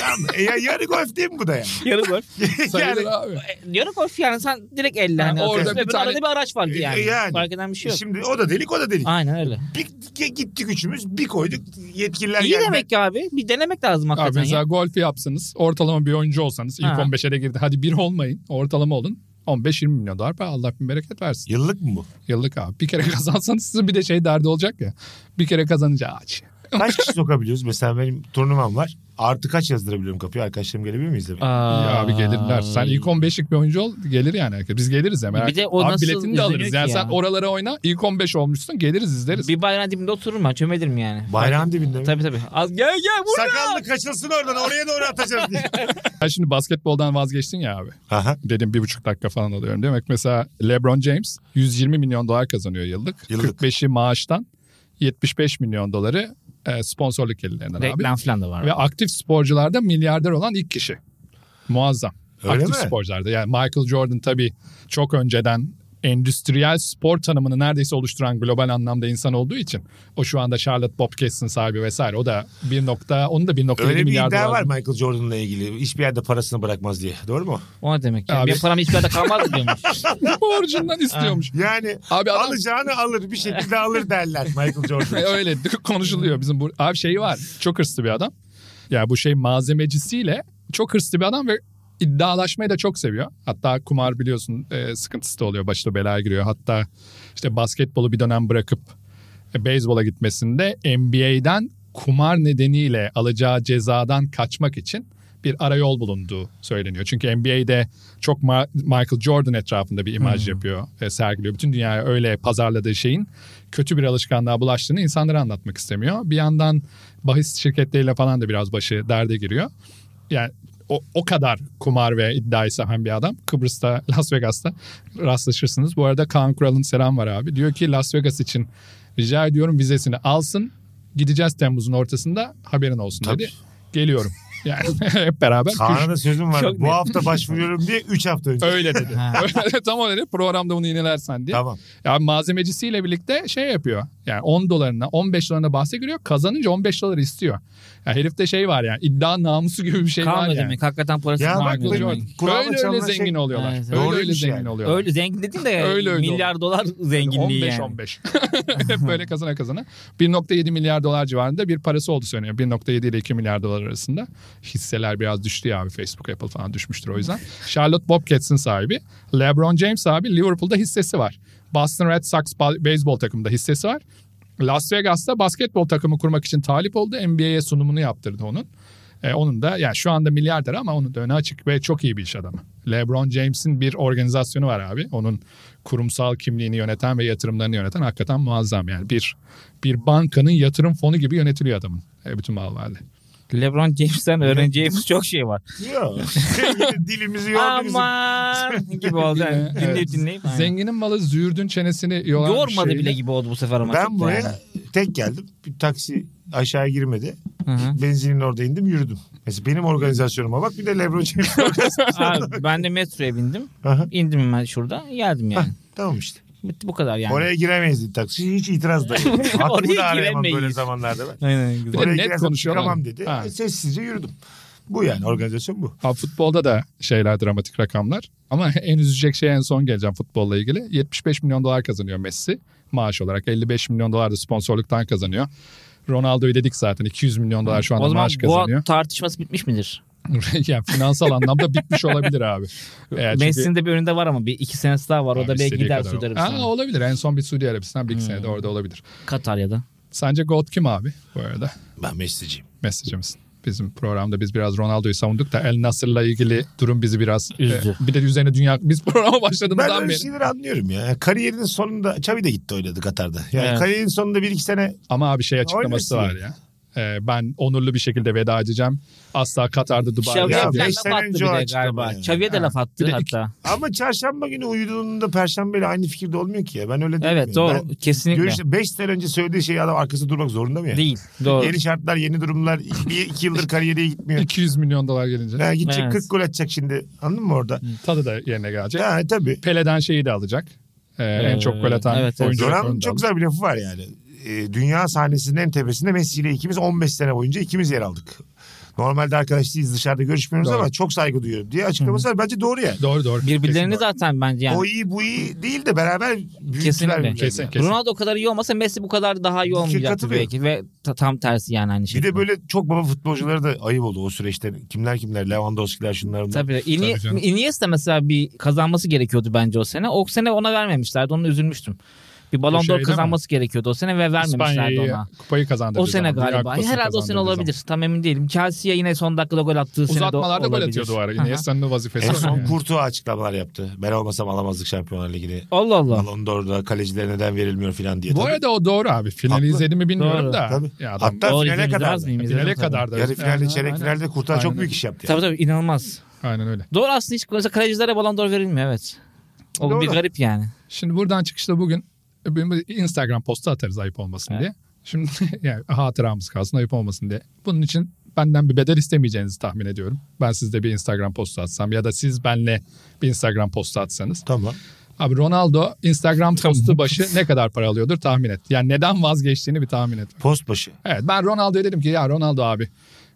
Speaker 3: Tamam. mı? E, ya, yarı golf değil mi bu da yani? *laughs*
Speaker 2: Yarı golf.
Speaker 4: Sayılır
Speaker 3: yani
Speaker 4: abi.
Speaker 2: *laughs* E, Yarı golf yani sen direkt elle.
Speaker 4: Ha,
Speaker 2: Hani
Speaker 4: orada
Speaker 2: atıyorsun.
Speaker 4: bir
Speaker 2: Öbür
Speaker 4: tane-
Speaker 2: arada bir araç var yani.
Speaker 3: E, yani.
Speaker 2: Fark eden bir şey yok.
Speaker 3: Şimdi o da delik o da delik.
Speaker 2: Aynen öyle.
Speaker 3: Bir, ge- gittik üçümüz bir koyduk yetkililer
Speaker 2: İyi
Speaker 3: geldi.
Speaker 2: demek ki abi. Bir denemek lazım
Speaker 4: Abi
Speaker 2: hakikaten
Speaker 4: mesela
Speaker 2: ya.
Speaker 4: golf yapsanız ortalama bir oyuncu olsanız ilk
Speaker 2: Ha.
Speaker 4: 15'e de girdi. Hadi bir olmayın ortalama olun. 15-20 milyon dolar para Allah bin bereket versin.
Speaker 3: Yıllık mı bu?
Speaker 4: Yıllık abi. Bir kere *laughs* kazansanız sizin bir de şey derdi olacak ya. Bir kere kazanınca aç.
Speaker 3: Kaç kişi sokabiliyoruz? Mesela benim turnuvam var. Artı kaç yazdırabiliyorum kapıya? Arkadaşlarım gelebilir mi izlemeye?
Speaker 4: Ya abi gelirler. Sen ilk 15'lik bir oyuncu ol gelir yani. herkes. Biz geliriz ya merak
Speaker 2: Bir de
Speaker 4: etme.
Speaker 2: o
Speaker 4: Abi
Speaker 2: nasıl
Speaker 4: biletini de
Speaker 2: üzülüyor
Speaker 4: alırız.
Speaker 2: ki
Speaker 4: Yani
Speaker 2: ya?
Speaker 4: sen oralara oyna ilk 15 olmuşsun geliriz izleriz.
Speaker 2: Bir bayrağın dibinde otururum ben. Çömelirim yani.
Speaker 3: Bayrağın dibinde mi?
Speaker 2: Tabii tabii. Az gel gel vur.
Speaker 3: Sakallı kaçılsın oradan oraya doğru
Speaker 2: *laughs*
Speaker 3: atacağız diye.
Speaker 4: Ben şimdi basketboldan vazgeçtin ya abi.
Speaker 3: Aha,
Speaker 4: Dedim bir buçuk dakika falan alıyorum. Demek mesela LeBron James 120 milyon dolar kazanıyor yıllık.
Speaker 3: Yıllık.
Speaker 4: 45'i maaştan 75 milyon doları e, sponsorluk gelirlerinden abi.
Speaker 2: Reklam falan da var.
Speaker 4: Ve aktif sporcularda milyarder olan ilk kişi. Muazzam.
Speaker 3: Öyle
Speaker 4: aktif
Speaker 3: mi?
Speaker 4: sporcularda. Yani Michael Jordan tabii çok önceden endüstriyel spor tanımını neredeyse oluşturan global anlamda insan olduğu için o şu anda Charlotte Bobcats'ın sahibi vesaire o da 1. nokta onun da 1.7
Speaker 3: Öyle bir
Speaker 4: milyar
Speaker 3: iddia
Speaker 4: dolar.
Speaker 3: var Michael Jordan'la ilgili. Hiçbir yerde parasını bırakmaz diye. Doğru mu?
Speaker 2: O ne demek ya?
Speaker 4: Abi- Şey
Speaker 2: Benim param hiçbir yerde kalmaz
Speaker 4: *laughs*
Speaker 2: diyormuş.
Speaker 4: Borcundan istiyormuş.
Speaker 3: Yani
Speaker 4: Abi adam
Speaker 3: alacağını alır bir şekilde alır derler Michael
Speaker 4: *laughs*
Speaker 3: Jordan.
Speaker 4: öyle konuşuluyor bizim bu. Abi şey var. Çok hırslı bir adam. Ya bu şey malzemecisiyle çok hırslı bir adam ve iddialaşmayı da çok seviyor. Hatta kumar biliyorsun e, sıkıntısı da oluyor. Başta belaya giriyor. Hatta işte basketbolu bir dönem bırakıp e, beyzbola gitmesinde NBA'den kumar nedeniyle alacağı cezadan kaçmak için bir arayol bulunduğu söyleniyor. Çünkü NBA'de çok Ma- Michael Jordan etrafında bir imaj yapıyor, e, sergiliyor. Bütün dünyaya öyle pazarladığı şeyin kötü bir alışkanlığa bulaştığını insanlara anlatmak istemiyor. Bir yandan bahis şirketleriyle falan da biraz başı derde giriyor. Yani o, o kadar kumar ve iddiayı seven bir adam. Kıbrıs'ta, *laughs* Las Vegas'ta rastlaşırsınız. Bu arada Kaan Kural'ın selam var abi. Diyor ki Las Vegas için rica ediyorum vizesini alsın. Gideceğiz Temmuz'un ortasında haberin olsun
Speaker 3: Tabii.
Speaker 4: dedi. Geliyorum. *laughs* Yani hep beraber.
Speaker 3: Kaan'a da sözüm var.
Speaker 2: Çok
Speaker 3: Bu
Speaker 2: net.
Speaker 3: hafta başvuruyorum diye 3 hafta önce. *laughs*
Speaker 4: Öyle dedi. Öyle, tam öyle dedi. Programda bunu yinelersen diye.
Speaker 3: Tamam.
Speaker 4: Ya malzemecisiyle birlikte şey yapıyor. Yani 10 dolarına 15 dolarına bahse giriyor. Kazanınca 15 doları istiyor. Ya herifte şey var yani iddia namusu gibi bir şey var
Speaker 2: Kalmıyor
Speaker 4: yani.
Speaker 2: demek. Hakikaten parası
Speaker 3: Ya bak
Speaker 2: kalmıyor
Speaker 3: bu-
Speaker 2: demek.
Speaker 3: Kulağıma
Speaker 4: öyle öyle
Speaker 3: çalınan şey-
Speaker 4: zengin oluyorlar.
Speaker 2: Evet,
Speaker 4: öyle öyle
Speaker 3: doğruymuş
Speaker 4: zengin
Speaker 3: yani.
Speaker 4: oluyorlar.
Speaker 2: Öyle zengin dedin de
Speaker 4: Öyle öyle
Speaker 2: milyar dolar zenginliği
Speaker 4: 15
Speaker 2: yani.
Speaker 4: 15. *laughs* Hep böyle kazana kazana. 1.7 milyar dolar civarında bir parası oldu söyleniyor. 1.7 ile 2 milyar dolar arasında. Hisseler biraz düştü ya abi. Facebook, Apple falan düşmüştür
Speaker 2: *laughs*
Speaker 4: o yüzden. Charlotte Bobcats'ın sahibi. LeBron James abi Liverpool'da hissesi var. Boston Red Sox ba- beyzbol takımında hissesi var. Las Vegas'ta basketbol takımı kurmak için talip oldu. NBA'ye sunumunu yaptırdı onun. E, onun da yani şu anda milyarder ama onun da öne açık ve çok iyi bir iş adamı. LeBron James'in bir organizasyonu var abi. Onun kurumsal kimliğini yöneten ve yatırımlarını yöneten hakikaten muazzam yani. Bir bir bankanın yatırım fonu gibi yönetiliyor adamın. E, bütün mal varlığı.
Speaker 2: LeBron James'ten öğreneceğimiz çok şey *laughs* var.
Speaker 3: Yok. Dilimizi yordu bizim.
Speaker 2: Aman *laughs* gibi oldu. Yani.
Speaker 4: Evet.
Speaker 2: Dinleyip dinleyip. aynen.
Speaker 4: Zenginin malı züğürdün çenesini yoran bir
Speaker 2: Yormadı
Speaker 4: şeyle-
Speaker 2: bile gibi oldu bu sefer ama.
Speaker 3: Ben
Speaker 2: çok yani.
Speaker 3: buraya tek geldim. Bir taksi aşağı girmedi.
Speaker 2: Hı *laughs* hı.
Speaker 3: Benzinin orada indim yürüdüm. Mesela benim organizasyonuma bak bir de Lebron James organizasyonuna bak.
Speaker 2: Abi, ben de metroya bindim.
Speaker 3: Aha,
Speaker 2: İndim hemen şurada. Geldim yani.
Speaker 3: tamam işte.
Speaker 2: Bitti bu kadar yani.
Speaker 3: Oraya giremeyiz dedi taksi. Hiç itiraz da yok. Aklımı da
Speaker 2: Oraya
Speaker 3: arayamam böyle
Speaker 2: giremeyiz.
Speaker 3: zamanlarda ben.
Speaker 2: Aynen, güzel.
Speaker 4: de net
Speaker 3: girersem
Speaker 4: konuşuyor
Speaker 3: Çıkamam
Speaker 4: adam.
Speaker 3: dedi.
Speaker 4: Ha.
Speaker 3: E, Sessizce yürüdüm. Bu yani organizasyon bu.
Speaker 4: Ha, futbolda da şeyler dramatik rakamlar. Ama *laughs* en üzecek şey en son geleceğim futbolla ilgili. 75 milyon dolar kazanıyor Messi maaş olarak. 55 milyon dolar da sponsorluktan kazanıyor. Ronaldo'yu dedik zaten 200 milyon dolar şu anda
Speaker 2: o zaman
Speaker 4: maaş
Speaker 2: bu
Speaker 4: kazanıyor.
Speaker 2: tartışması bitmiş midir?
Speaker 4: *laughs* yani finansal anlamda bitmiş olabilir abi. Eğer çünkü-
Speaker 2: Messi'nin de bir önünde var ama bir iki senesi daha var.
Speaker 4: Abi
Speaker 2: o da belki
Speaker 4: istediği
Speaker 2: gider
Speaker 4: kadar
Speaker 2: Suudi Hmm.
Speaker 4: olur. Aa,
Speaker 2: Arabistan'a.
Speaker 4: olabilir. En son bir Suudi Arabistan bir iki senede orada olabilir.
Speaker 2: Katar ya da.
Speaker 4: Sence God kim abi bu arada?
Speaker 3: Ben mesleciyim.
Speaker 4: mesajımız. Bizim programda biz biraz Ronaldo'yu savunduk da El Nasır'la ilgili durum bizi biraz
Speaker 2: Üzdü.
Speaker 4: e, bir de üzerine dünya biz programa başladığımızdan
Speaker 3: Ben öyle
Speaker 4: beri.
Speaker 3: şeyleri anlıyorum ya. Kariyerinin sonunda Çavi de gitti oynadı Katar'da. Yani
Speaker 2: Evet.
Speaker 3: kariyerinin sonunda bir iki sene
Speaker 4: Ama abi şey açıklaması var
Speaker 3: Oynarsın.
Speaker 4: ya. E, ben onurlu bir şekilde veda edeceğim. Asla Katar'da Dubai'de.
Speaker 2: Xavi'ye
Speaker 3: Ya
Speaker 2: falan
Speaker 3: beş
Speaker 2: laf
Speaker 3: sene
Speaker 2: attı
Speaker 3: önce
Speaker 2: bir
Speaker 3: o
Speaker 2: de
Speaker 3: açıklama
Speaker 2: galiba.
Speaker 3: yani.
Speaker 2: Çavi'ye de
Speaker 4: Ha.
Speaker 2: laf
Speaker 4: Bir
Speaker 2: attı
Speaker 4: de
Speaker 2: hatta.
Speaker 3: ama çarşamba günü uyuduğunda perşembeyle aynı fikirde olmuyor ki ya. Ben öyle değil
Speaker 2: Evet doğru. Kesinlikle.
Speaker 3: 5 sene önce söylediği şeyi adam arkası durmak zorunda mı ya?
Speaker 2: Değil. Doğru.
Speaker 3: Yeni şartlar, yeni durumlar. Bir iki yıldır
Speaker 2: *laughs*
Speaker 3: kariyere gitmiyor.
Speaker 4: 200 milyon dolar gelince
Speaker 3: Ha, gidecek
Speaker 2: Evet.
Speaker 3: 40 gol atacak şimdi. Anladın mı orada?
Speaker 4: tadı da yerine gelecek.
Speaker 3: Ha, tabii.
Speaker 4: Pele'den şeyi de alacak. E, en
Speaker 2: Ee,
Speaker 4: çok gol atan
Speaker 2: evet, evet.
Speaker 4: oyuncu.
Speaker 3: Ronaldo'nun
Speaker 4: rekorunu da
Speaker 3: çok
Speaker 4: alacak.
Speaker 3: güzel bir lafı var yani. Ee, dünya sahnesinin en tepesinde Messi ile ikimiz 15 sene boyunca ikimiz yer aldık. Normalde arkadaş değiliz dışarıda görüşmüyoruz
Speaker 4: Doğru.
Speaker 3: ama çok saygı duyuyorum diye açıklaması var. Bence doğru yani.
Speaker 4: Doğru doğru.
Speaker 2: Birbirlerini
Speaker 4: Kesin doğru.
Speaker 2: zaten bence yani.
Speaker 3: O iyi bu iyi değil de beraber büyüttüler.
Speaker 2: Kesinlikle.
Speaker 3: birbirlerini.
Speaker 4: Kesin,
Speaker 3: Yani.
Speaker 4: kesin.
Speaker 2: Ronaldo o kadar iyi olmasa Messi bu kadar daha iyi
Speaker 3: Ki
Speaker 2: olmayacaktı
Speaker 3: şey katılıyorum.
Speaker 2: belki ve ta- tam tersi yani aynı şey.
Speaker 3: Bir de böyle çok baba futbolculara da ayıp oldu o süreçte. Kimler kimler Lewandowski'ler şunlar bunlar.
Speaker 2: Tabii.
Speaker 4: Tabii canım.
Speaker 2: İni, Iniesta mesela bir kazanması gerekiyordu bence o sene. O sene ona vermemişlerdi. Onu üzülmüştüm. Bir Ballon
Speaker 4: şeyde
Speaker 2: d'Or
Speaker 4: mi?
Speaker 2: kazanması gerekiyordu o sene ve vermemişlerdi
Speaker 4: İspanya'yı
Speaker 2: ona.
Speaker 4: kupayı kazandırdı.
Speaker 2: O sene galiba. Herhalde o sene olabilir. Tam emin değilim. Chelsea yine son dakikada gol attığı sene de
Speaker 4: Uzatmalarda gol
Speaker 2: olabilir.
Speaker 4: atıyordu o ara.
Speaker 2: Aha.
Speaker 4: Iniesta'nın o vazifesi.
Speaker 3: En
Speaker 4: o
Speaker 3: son
Speaker 4: yani.
Speaker 3: Kurtuğa açıklamalar yaptı. Ben olmasam alamazdık Şampiyonlar Ligi'ni.
Speaker 2: Allah Allah.
Speaker 3: Ballon d'Or'da kalecilere neden verilmiyor falan diye.
Speaker 4: Bu
Speaker 3: Tabii.
Speaker 4: arada o doğru abi. Finali
Speaker 3: Haklı.
Speaker 4: izledim mi bilmiyorum
Speaker 2: Doğru.
Speaker 4: da.
Speaker 3: Tabii.
Speaker 4: Ya adam
Speaker 3: Hatta
Speaker 2: Doğru,
Speaker 3: finale
Speaker 2: izlemez
Speaker 3: kadar. da.
Speaker 2: miyim? İzledim
Speaker 4: finale
Speaker 2: tabii.
Speaker 4: kadar da.
Speaker 3: Yarı finalde,
Speaker 4: Aynen,
Speaker 3: çeyrek
Speaker 4: aynen.
Speaker 3: finalde Kurtuğa çok
Speaker 4: Aynen.
Speaker 3: büyük iş yaptı.
Speaker 2: Tabii
Speaker 3: yani.
Speaker 2: tabii inanılmaz.
Speaker 4: Aynen öyle.
Speaker 2: Doğru aslında hiç mesela kalecilere Ballon d'Or verilmiyor evet. O
Speaker 3: Doğru.
Speaker 2: bir garip yani.
Speaker 4: Şimdi buradan çıkışta bugün benim bir Instagram postu atarız ayıp olmasın
Speaker 2: Evet.
Speaker 4: diye. Şimdi *laughs* yani hatıramız kalsın ayıp olmasın diye. Bunun için benden bir bedel istemeyeceğinizi tahmin ediyorum. Ben sizde bir Instagram postu atsam ya da siz benle bir Instagram postu atsanız.
Speaker 3: Tamam.
Speaker 4: Abi Ronaldo Instagram postu başı ne kadar para alıyordur tahmin et. Yani neden vazgeçtiğini bir tahmin et.
Speaker 3: Post başı.
Speaker 4: Evet ben Ronaldo'ya dedim ki ya Ronaldo abi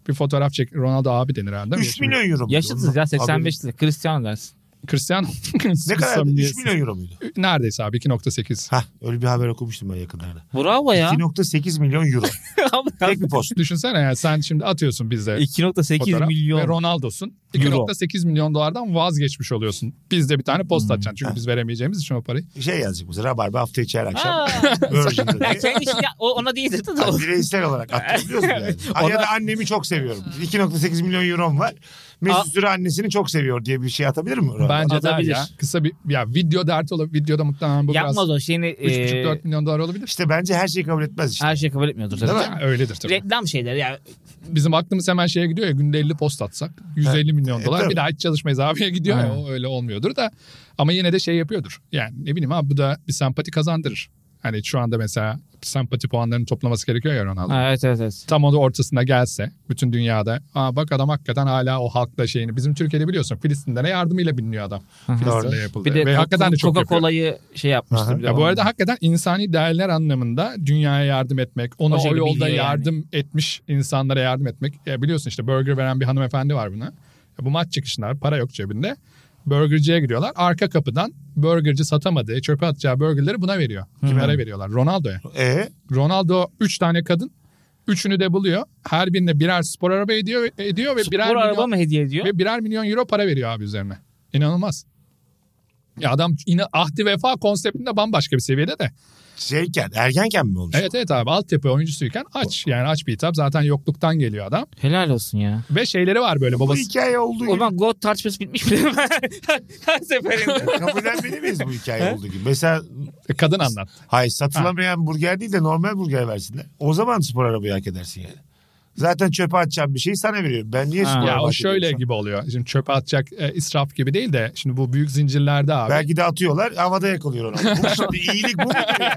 Speaker 4: bir fotoğraf çek. Ronaldo abi denir herhalde.
Speaker 3: 3 milyon euro. muydu?
Speaker 2: Yaşıtız ya
Speaker 3: Ondan-
Speaker 2: 85'li. Cristiano dersin.
Speaker 4: Cristiano.
Speaker 3: *laughs* Ne kadar? 3 milyon euro muydu?
Speaker 4: Neredeyse abi 2.8.
Speaker 3: Hah öyle bir haber okumuştum ben yakınlarda.
Speaker 2: Bravo ya.
Speaker 3: 2.8 milyon
Speaker 4: *laughs*
Speaker 3: euro.
Speaker 2: *laughs*
Speaker 3: Tek bir post.
Speaker 4: Düşünsene ya sen şimdi atıyorsun bize
Speaker 2: 2.8
Speaker 4: fotoğraf ve
Speaker 2: milyon.
Speaker 4: Ronaldo'sun.
Speaker 2: Euro.
Speaker 4: 2.8 milyon dolardan vazgeçmiş oluyorsun. Biz de bir tane post
Speaker 3: Hmm.
Speaker 4: atacaksın çünkü biz veremeyeceğimiz için o parayı.
Speaker 3: Şey yazacak bize. Rabarba hafta içi her akşam.
Speaker 4: *laughs*
Speaker 2: Aa.
Speaker 3: Virgin'de
Speaker 2: Ya
Speaker 3: diye.
Speaker 2: kendi işini o- ona değil dedi de
Speaker 3: Yani
Speaker 2: o.
Speaker 3: bireysel olarak atabiliyorsun
Speaker 4: *laughs*
Speaker 3: yani. Ay, Ya da annemi çok seviyorum. 2.8 milyon eurom var.
Speaker 2: Aa.
Speaker 3: Mesut Süre annesini çok seviyor diye bir şey atabilir mi? Ronaldo?
Speaker 4: Bence der
Speaker 2: Atabilir.
Speaker 4: ya. Kısa bir ya video dert olabilir. Videoda muhtemelen bu
Speaker 2: Yapmaz
Speaker 4: biraz
Speaker 2: o şeyini.
Speaker 4: 3.5-4
Speaker 2: e,
Speaker 4: milyon dolar olabilir.
Speaker 3: İşte bence her şeyi kabul etmez işte.
Speaker 2: her şey kabul etmiyordur tabii.
Speaker 4: Ya, öyledir tabii.
Speaker 2: Reklam şeyleri yani.
Speaker 4: Bizim aklımız hemen şeye gidiyor ya günde 50 post atsak 150 milyon
Speaker 3: E,
Speaker 4: dolar
Speaker 3: tabii.
Speaker 4: bir daha hiç çalışmayız abiye *laughs* gidiyor ya
Speaker 2: Aynen.
Speaker 4: o öyle olmuyordur da ama yine de şey yapıyordur. Yani ne bileyim abi bu da bir sempati kazandırır. Hani şu anda mesela sempati puanlarını toplaması gerekiyor ya Ronaldo.
Speaker 2: Ha, evet evet evet.
Speaker 4: Tam onun ortasına gelse bütün dünyada Aa, bak adam hakikaten hala o halkla şeyini bizim Türkiye'de biliyorsun Filistinlere yardımıyla biliniyor adam. Filistin'de yapıldı.
Speaker 2: Bir de
Speaker 4: Ve hakikaten de çok yapıyor.
Speaker 2: Coca-Cola'yı şey yapmıştı.
Speaker 3: Aha.
Speaker 2: bir de
Speaker 4: Ya bu
Speaker 2: onun.
Speaker 4: arada hakikaten insani değerler anlamında dünyaya yardım etmek, ona
Speaker 2: O
Speaker 4: o,
Speaker 2: şekilde
Speaker 4: yolda
Speaker 2: biliyor yani.
Speaker 4: yardım etmiş insanlara yardım etmek. Ya biliyorsun işte burger veren bir hanımefendi var buna. Ya bu maç çıkışında para yok cebinde. Burgerciye giriyorlar. Arka kapıdan burgerci satamadığı, çöpe atacağı burgerleri buna veriyor. Kimlere veriyorlar? Ronaldo'ya.
Speaker 3: E
Speaker 4: Ronaldo 3 tane kadın. Üçünü de buluyor. Her birine birer spor araba ediyor, ediyor ve
Speaker 2: Spor
Speaker 4: birer
Speaker 2: araba
Speaker 4: milyon,
Speaker 2: mı hediye ediyor?
Speaker 4: ve birer milyon euro para veriyor abi üzerine. İnanılmaz. Ya adam yine ahdi vefa konseptinde bambaşka bir seviyede de.
Speaker 3: şeyken ergenken mi olmuş?
Speaker 4: Evet evet abi altyapı oyuncusuyken aç. Yani aç bir hitap. Zaten yokluktan geliyor adam.
Speaker 2: Helal olsun ya.
Speaker 4: Ve şeyleri var böyle
Speaker 3: Bu
Speaker 4: babası.
Speaker 3: hikaye olduğu
Speaker 2: O
Speaker 3: gibi.
Speaker 2: zaman God tartışması bitmiş bile. *laughs* Her seferinde.
Speaker 3: Kabullenmeli miyiz bu hikaye olduğu gibi? Mesela
Speaker 4: Kadın anlat.
Speaker 3: hayır satılamayan burger değil de normal burger versinler. O zaman spor arabayı hak edersin yani. Zaten çöpe atacağım bir şeyi sana veriyorum. Ben niye
Speaker 2: Ha.
Speaker 3: spor
Speaker 2: Ya
Speaker 3: araba
Speaker 4: Ya o
Speaker 3: hak
Speaker 4: şöyle
Speaker 3: ediyorum?
Speaker 4: gibi oluyor. Şimdi çöpe atacak e, israf gibi değil de şimdi bu büyük zincirlerde abi.
Speaker 3: Belki de atıyorlar havada yakalıyor onu. Bu şimdi iyilik bu mudur ya?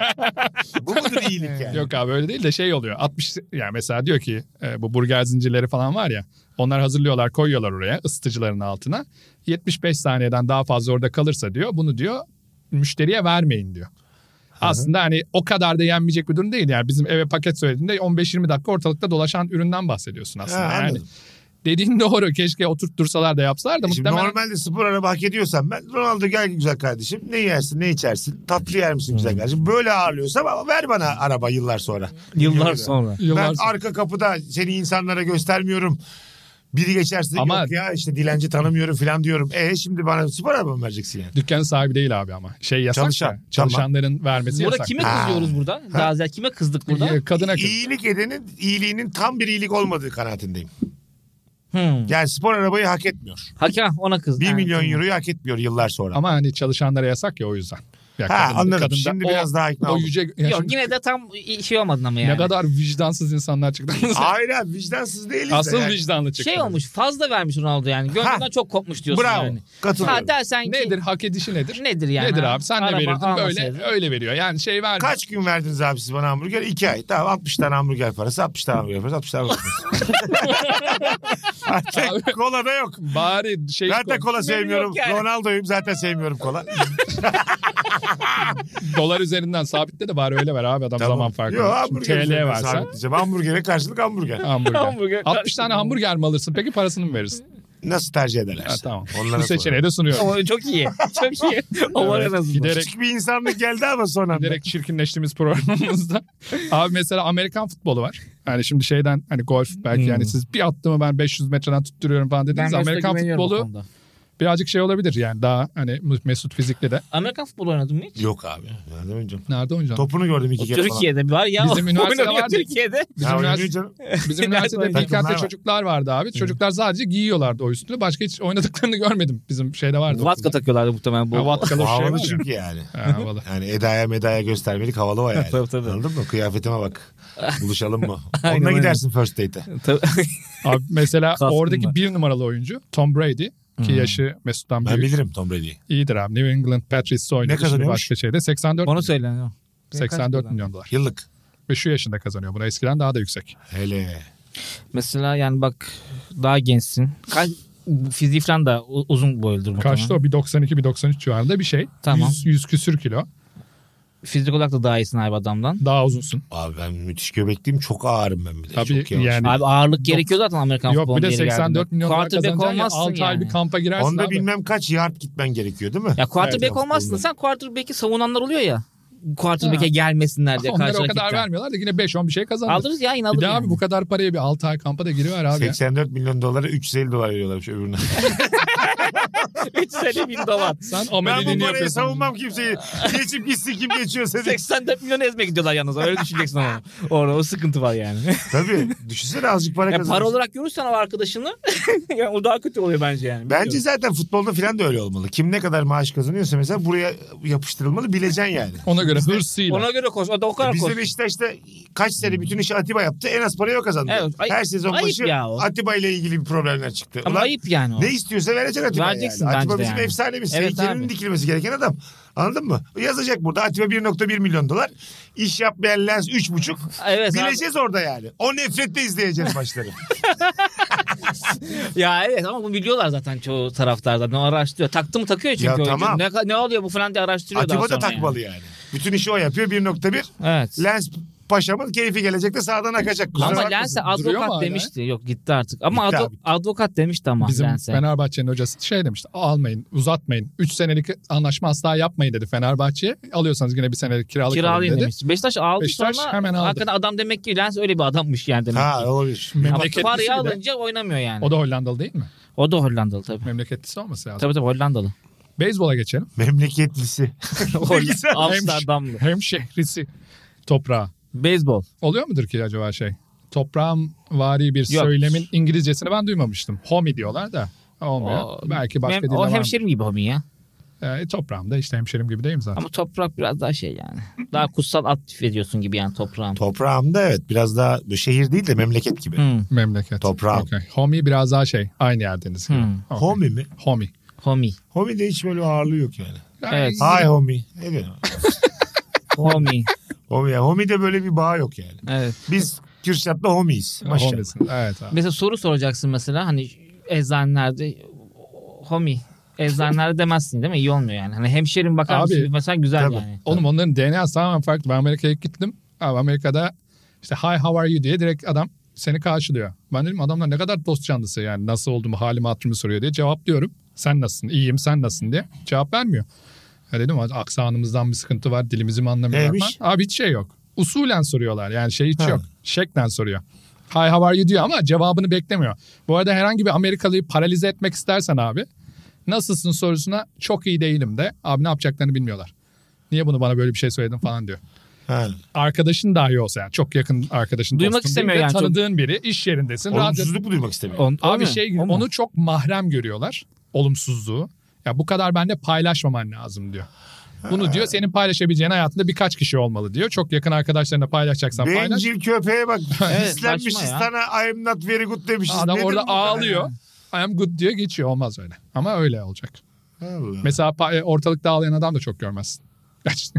Speaker 3: Bu mudur iyilik yani?
Speaker 4: Yok abi öyle değil de şey oluyor. 60 yani mesela diyor ki e, bu burger zincirleri falan var ya. Onlar hazırlıyorlar koyuyorlar oraya ısıtıcıların altına. 75 saniyeden daha fazla orada kalırsa diyor bunu diyor müşteriye vermeyin diyor. Aslında hani o kadar da yenmeyecek bir durum değil yani bizim eve paket söylediğinde 15-20 dakika ortalıkta dolaşan üründen bahsediyorsun
Speaker 3: Ha,
Speaker 4: aslında. yani
Speaker 3: anladım. E
Speaker 4: dediğin doğru keşke oturtursalar da yapsalar da
Speaker 3: Şimdi
Speaker 4: muhtemelen
Speaker 3: normalde spor araba hak ediyorsan ben Ronaldo gel güzel kardeşim ne yersin ne içersin tatlı yer misin
Speaker 4: Hmm.
Speaker 3: güzel kardeşim böyle ağırlıyorsam ama ver bana araba yıllar sonra.
Speaker 2: Yıllar sonra.
Speaker 4: yıllar
Speaker 3: Ben
Speaker 4: sonra-
Speaker 3: arka kapıda seni insanlara göstermiyorum. Biri geçerse
Speaker 4: Ama-
Speaker 3: yok ya işte dilenci tanımıyorum falan diyorum. E şimdi bana spor araba mı vereceksin yani?
Speaker 4: Dükkanın sahibi değil abi ama. Şey yasak.
Speaker 3: Çalışan.
Speaker 4: ya. Çalışanların vermesi
Speaker 2: Burada
Speaker 4: yasak.
Speaker 2: kime
Speaker 3: Ha.
Speaker 2: kızıyoruz buradan? Daha ziyade kime kızdık burada?
Speaker 4: Ya, Kadına kız.
Speaker 3: İyilik edenin iyiliğinin tam bir iyilik olmadığı kanaatindeyim.
Speaker 2: Hmm.
Speaker 3: Yani spor arabayı hak etmiyor.
Speaker 2: Hakem ona kızdı.
Speaker 3: 1
Speaker 2: Ha,
Speaker 3: milyon
Speaker 2: tamam.
Speaker 3: euroyu hak etmiyor yıllar sonra.
Speaker 4: Ama hani çalışanlara yasak ya o yüzden. Ya
Speaker 3: ha
Speaker 4: kadın-
Speaker 3: anladım.
Speaker 4: kadın da
Speaker 3: Şimdi
Speaker 4: o-
Speaker 3: biraz daha ikna
Speaker 4: O
Speaker 3: oldum.
Speaker 4: yüce... ya
Speaker 2: Yok
Speaker 4: şimdi
Speaker 2: yine de tam şey olmadın ama
Speaker 4: Ne
Speaker 2: yani.
Speaker 4: kadar vicdansız insanlar çıktı.
Speaker 3: Hayır abi vicdansız değiliz. de
Speaker 4: Asıl
Speaker 3: yani.
Speaker 4: vicdanlı çıktı.
Speaker 2: Şey olmuş fazla vermiş Ronaldo yani. Gönlünden
Speaker 3: Ha.
Speaker 2: çok kopmuş diyorsun
Speaker 3: Bravo.
Speaker 2: yani.
Speaker 3: Katılıyorum.
Speaker 2: Ha dersen ki
Speaker 4: Nedir? Hak edişi nedir?
Speaker 2: nedir yani?
Speaker 4: Nedir
Speaker 2: Ha,
Speaker 4: abi? Sen ne
Speaker 2: araba
Speaker 4: verirdin?
Speaker 2: almasaydın.
Speaker 4: *laughs* Böyle öyle veriyor. Yani şey vermiyor.
Speaker 3: Kaç gün verdiniz abi siz bana hamburger? İki ay. Tamam 60 tane hamburger parası, 60 tane hamburger parası, 60 tane hamburger
Speaker 4: *laughs*
Speaker 3: parası. Artık
Speaker 4: Abi.
Speaker 3: kola da yok.
Speaker 4: Bari şey
Speaker 3: Zaten
Speaker 4: koy.
Speaker 3: kola sevmiyorum.
Speaker 2: yok yani.
Speaker 3: Ronaldo'yum zaten sevmiyorum kola.
Speaker 4: *laughs* dolar üzerinden sabitle de bari öyle ver abi adam zaman farkı.
Speaker 3: Yok
Speaker 4: var. Şimdi
Speaker 3: hamburger
Speaker 4: TL
Speaker 3: üzerinden
Speaker 4: versen
Speaker 3: sabitleyeceğim. Hamburgere karşılık hamburger.
Speaker 4: hamburger.
Speaker 2: Hamburger.
Speaker 4: 60 tane hamburger mi alırsın? Peki parasını mı verirsin?
Speaker 3: Nasıl tercih ederler?
Speaker 4: Ha, tamam.
Speaker 3: Onlara
Speaker 4: Bu seçeneği de sunuyorum.
Speaker 2: O çok iyi. Çok iyi. O var en
Speaker 4: *laughs* Evet,
Speaker 2: azından.
Speaker 4: giderek
Speaker 3: Küçük bir insanlık geldi ama son anda.
Speaker 4: Direkt
Speaker 2: *laughs*
Speaker 4: çirkinleştiğimiz programımızda. Abi mesela Amerikan futbolu var. Yani şimdi şeyden hani golf belki
Speaker 2: Hmm.
Speaker 4: yani siz bir attığımı ben 500 metreden tutturuyorum falan dediniz.
Speaker 2: Mesut'a
Speaker 4: Amerikan
Speaker 2: güveniyorum bu
Speaker 4: futbolu
Speaker 2: konuda.
Speaker 4: birazcık şey olabilir yani daha hani Mesut fizikli de.
Speaker 2: Amerikan futbolu oynadın mı hiç?
Speaker 3: Yok abi. Nereden oynayacağım?
Speaker 4: Nerede oynayacaksın?
Speaker 3: Topunu gördüm
Speaker 2: O
Speaker 3: iki kere falan.
Speaker 2: Türkiye'de var ya. *laughs*
Speaker 4: Bizim üniversitede
Speaker 2: Oynanıyor
Speaker 4: vardı.
Speaker 2: Türkiye'de.
Speaker 4: *laughs* Bizim,
Speaker 3: Ya
Speaker 4: ünivers-
Speaker 3: oynuyor
Speaker 2: *laughs*
Speaker 3: canım.
Speaker 4: bizim üniversitede
Speaker 2: Nerede
Speaker 4: Bilkent'te
Speaker 3: oynuyor?
Speaker 4: çocuklar vardı abi. Çocuklar sadece giyiyorlardı o üstünü. Başka hiç oynadıklarını görmedim. Bizim şeyde vardı.
Speaker 2: Vatka takıyorlardı muhtemelen
Speaker 4: Ha,
Speaker 2: bu.
Speaker 4: Vatkalı bir şey
Speaker 3: Havalı
Speaker 4: var ya.
Speaker 3: çünkü yani.
Speaker 4: Ha, havalı.
Speaker 3: Yani Eda'ya medaya göstermelik havalı o yani.
Speaker 2: Tabii, tabii.
Speaker 3: Anladın mı? Kıyafetime bak. Buluşalım mı?
Speaker 2: Aynen,
Speaker 3: Onunla
Speaker 2: aynen.
Speaker 3: gidersin first date'e.
Speaker 2: Tabii.
Speaker 4: Abi
Speaker 2: *laughs*
Speaker 4: mesela
Speaker 2: Kaskın
Speaker 4: oradaki
Speaker 2: var.
Speaker 4: bir numaralı oyuncu Tom Brady ki
Speaker 2: Hmm.
Speaker 4: yaşı Mesut'tan
Speaker 3: Ben
Speaker 4: büyük.
Speaker 3: bilirim Tom Brady'yi.
Speaker 4: İyidir abi. New England Patriots oynadı. Şimdi
Speaker 3: kazanıyormuş?
Speaker 4: Başka şeyde 84
Speaker 2: Onu söyle. ya.
Speaker 4: 84 milyon dolar.
Speaker 3: Yıllık.
Speaker 4: Ve şu yaşında kazanıyor. Buna eskiden daha da yüksek.
Speaker 3: Hele.
Speaker 2: Mesela yani bak daha gençsin. Kaç fiziği falan da u- uzun boyludur muhtemelen.
Speaker 4: Kaçtı o? 1.92 1.93 civarında bir şey.
Speaker 2: Tamam.
Speaker 4: 100, 100 küsür kilo.
Speaker 2: Fizik olarak da daha iyisin abi adamdan.
Speaker 4: Daha uzunsun.
Speaker 3: Abi ben müthiş göbekliyim. Çok ağırım ben bir de.
Speaker 4: Tabii
Speaker 3: Çok yavaş.
Speaker 4: yani.
Speaker 2: Abi ağırlık gerekiyor zaten Amerikan
Speaker 4: Hani Yok
Speaker 2: futbolunun
Speaker 4: bir de
Speaker 2: yeri geldiğinde.
Speaker 4: 84 milyon dolar
Speaker 2: Quarterback
Speaker 4: kazanacaksın ya.
Speaker 2: olmazsın
Speaker 4: 6 ay
Speaker 2: yani.
Speaker 4: bir kampa girersin
Speaker 3: Onda
Speaker 4: abi.
Speaker 3: bilmem kaç yard gitmen gerekiyor değil mi?
Speaker 2: Ya quarterback
Speaker 3: Evet,
Speaker 2: olmazsın.
Speaker 3: futbolda.
Speaker 2: Sen quarterback'i savunanlar oluyor ya. Quarterback'e
Speaker 4: Ha.
Speaker 2: gelmesinler diye
Speaker 4: Onlara
Speaker 2: karşı
Speaker 4: o kadar
Speaker 2: rakipten.
Speaker 4: vermiyorlar da yine 5-10 bir şey kazandı.
Speaker 2: Alırız ya yine
Speaker 4: Bir
Speaker 2: alırız.
Speaker 4: de
Speaker 2: yani. *laughs*
Speaker 4: abi bu kadar paraya bir 6 ay kampa da giriver abi. ya.
Speaker 3: 84 milyon dolara 350 dolar veriyorlarmış öbürüne.
Speaker 2: 350 bin
Speaker 3: *laughs*
Speaker 2: dolar.
Speaker 4: Sen
Speaker 3: ben
Speaker 4: ameliyini
Speaker 3: bu parayı
Speaker 4: yapıyorsun.
Speaker 3: savunmam kimseyi. Geçip gitsin kim geçiyorsa. de.
Speaker 2: 84 milyon ezmek gidiyorlar yalnız. Öyle düşüneceksin ama. Orada o sıkıntı var yani.
Speaker 3: Tabii. Düşünsene azıcık para
Speaker 2: Ya
Speaker 3: kazanırsın.
Speaker 2: para olarak görürsen o arkadaşını *laughs* ya o daha kötü oluyor bence yani.
Speaker 3: Bence zaten futbolda falan da öyle olmalı. Kim ne kadar maaş kazanıyorsa mesela buraya
Speaker 2: *laughs*
Speaker 3: yapıştırılmalı bileceksin yani.
Speaker 4: Ona göre hırsıyla.
Speaker 2: Ona göre koş. O da o kadar koş.
Speaker 3: Bizde Beşiktaş'ta kaç sene bütün işi Atiba yaptı. En az parayı o kazandı.
Speaker 2: Evet, ay-
Speaker 3: Her sezon
Speaker 2: ayıp
Speaker 3: başı
Speaker 2: ya o.
Speaker 3: Atiba ile ilgili bir problemler çıktı.
Speaker 2: Ama
Speaker 3: Ulan
Speaker 2: ayıp yani o.
Speaker 3: Ne istiyorsa vereceksin Atiba
Speaker 2: Vereceksin
Speaker 3: yani.
Speaker 2: bence
Speaker 3: Atiba
Speaker 2: de
Speaker 3: bizim
Speaker 2: yani.
Speaker 3: efsanemiz.
Speaker 2: Evet
Speaker 3: Heykelinin
Speaker 2: abi.
Speaker 3: dikilmesi gereken adam. Anladın mı? Yazacak burada Atiba 1.1 milyon dolar. İş yapmayan lens 3.5.
Speaker 2: Evet abi.
Speaker 3: Bileceğiz orada yani. O nefretle
Speaker 2: *laughs*
Speaker 3: izleyeceğiz maçları.
Speaker 2: Ya evet ama bunu biliyorlar zaten çoğu taraftardan. Ne araştırıyor. Taktı mı takıyor çünkü.
Speaker 3: Ya
Speaker 2: oyuncu.
Speaker 3: tamam.
Speaker 2: Ne, ka- ne oluyor bu falan diye araştırıyor daha
Speaker 3: Atiba da
Speaker 2: sonra
Speaker 3: takmalı yani. Bütün işi o yapıyor 1.1.
Speaker 2: yani. Evet.
Speaker 3: Lens paşamın keyfi gelecek de sağdan akacak. Kusura
Speaker 2: ama Lens'e
Speaker 3: bakmasın.
Speaker 4: Duruyor mu
Speaker 2: advokat
Speaker 4: hala?
Speaker 2: demişti. Yok gitti artık. Ama
Speaker 3: Gitti
Speaker 2: advo-
Speaker 3: abi.
Speaker 2: advokat demişti ama
Speaker 4: Bizim
Speaker 2: Lens'e.
Speaker 4: Fenerbahçe'nin hocası şey demişti. Almayın, uzatmayın. 3 senelik anlaşma asla yapmayın dedi Fenerbahçe'ye. Alıyorsanız yine bir senelik kiralık alın
Speaker 2: Kiralayın
Speaker 4: dedi.
Speaker 2: demişti. Beşiktaş aldı
Speaker 4: Beşiktaş
Speaker 2: sonra
Speaker 4: hemen aldı.
Speaker 2: hakikaten adam demek ki Lens öyle bir adammış yani demek
Speaker 3: Ha
Speaker 2: ki.
Speaker 3: olabilir.
Speaker 2: Ama
Speaker 4: Memleketlisi
Speaker 2: parayı
Speaker 4: bir şey de.
Speaker 2: alınca oynamıyor yani. O da,
Speaker 4: O da Hollandalı değil mi?
Speaker 2: Hollandalı tabii.
Speaker 4: Memleketlisi olması lazım.
Speaker 2: Tabii tabii Hollandalı.
Speaker 4: Beyzbola geçelim.
Speaker 2: *laughs*
Speaker 3: Memleketlisi.
Speaker 2: Holl- Amsterdamlı.
Speaker 4: Hem şehrisi toprağa.
Speaker 2: Beyzbol.
Speaker 4: Oluyor mudur ki acaba şey? Toprağım vari bir
Speaker 2: Yok.
Speaker 4: söylemin İngilizcesini ben duymamıştım. Homie diyorlar da. Olmuyor.
Speaker 2: O-
Speaker 4: Belki başka
Speaker 2: Mem-
Speaker 4: dilde
Speaker 2: O
Speaker 4: var.
Speaker 2: hemşerim gibi homin ya.
Speaker 4: Ee, toprağım da işte hemşerim gibi değil mi zaten?
Speaker 2: Ama toprak biraz daha şey yani. Daha kutsal aktif ediyorsun gibi yani toprağın.
Speaker 3: Toprağımda evet biraz daha şehir değil de memleket gibi.
Speaker 2: Hmm,
Speaker 4: Memleket.
Speaker 3: Toprağım.
Speaker 4: Okey. Homie biraz daha şey. Aynı yerdeniz gibi.
Speaker 2: hmm.
Speaker 4: Okey.
Speaker 3: Homie mi?
Speaker 4: Homie.
Speaker 2: Homi.
Speaker 3: Homie de hiç böyle ağırlığı yok yani.
Speaker 2: Evet.
Speaker 3: Hi homie. Ne diyor?
Speaker 4: *laughs*
Speaker 2: Homi.
Speaker 3: Homie, ya. homie de böyle bir bağ yok yani.
Speaker 2: evet.
Speaker 3: Biz Kürşat'la homies. Maşallah.
Speaker 4: Homie'sin. Evet abi.
Speaker 2: Mesela soru soracaksın mesela hani eczanelerde homi eczanelerde demezsin değil mi? İyi olmuyor yani. Hani hemşerim bakar
Speaker 4: Abi,
Speaker 2: mısın? Mesela güzel
Speaker 3: tabii.
Speaker 2: yani.
Speaker 4: Oğlum onların DNA'sı tamamen farklı. Ben Amerika'ya gittim. Abi Amerika'da işte hi how are you diye direkt adam seni karşılıyor. Ben dedim adamlar ne kadar dost canlısı yani nasıl olduğumu halimi hatırımı soruyor diye cevaplıyorum. Sen nasılsın iyiyim sen nasılsın diye cevap vermiyor. Ya dedim aksanımızdan bir sıkıntı var dilimizi mi anlamıyorlar
Speaker 3: Neymiş?
Speaker 4: falan. Abi hiç şey yok. Usulen soruyorlar yani şey hiç
Speaker 3: Ha.
Speaker 4: yok. Şeklen soruyor. Hi how are you diyor ama cevabını beklemiyor. Bu arada herhangi bir Amerikalıyı paralize etmek istersen abi nasılsın sorusuna çok iyi değilim de abi ne yapacaklarını bilmiyorlar. Niye bunu bana böyle bir şey söyledin falan diyor.
Speaker 3: Ha.
Speaker 4: Arkadaşın dahi olsa yani çok yakın arkadaşın.
Speaker 2: Duymak
Speaker 4: dostun
Speaker 2: istemiyor
Speaker 4: değil de
Speaker 2: yani çok-
Speaker 4: Tanıdığın biri iş yerindesin. radyo-
Speaker 3: Olumsuzluk mu duymak istemiyor?
Speaker 2: On- o
Speaker 4: Abi
Speaker 2: mu?
Speaker 4: şey
Speaker 2: O mu?
Speaker 4: onu çok mahrem görüyorlar olumsuzluğu. Ya bu kadar bende paylaşmaman lazım diyor. Bunu diyor senin paylaşabileceğin hayatında birkaç kişi olmalı diyor. Çok yakın arkadaşlarına paylaşacaksan paylaş.
Speaker 3: Bencil köpeğe
Speaker 4: *laughs*
Speaker 3: bak.
Speaker 2: Evet,
Speaker 3: Hislenmişiz
Speaker 2: saçma ya.
Speaker 3: sana I'm not very good demişiz.
Speaker 4: Adam
Speaker 3: Nedir
Speaker 4: orada
Speaker 3: bu kadar
Speaker 4: ağlıyor. I am good diyor geçiyor olmaz öyle. Ama öyle olacak.
Speaker 3: ya? Allah.
Speaker 4: Mesela pa- e, ortalıkta ağlayan adam da çok görmezsin. *laughs*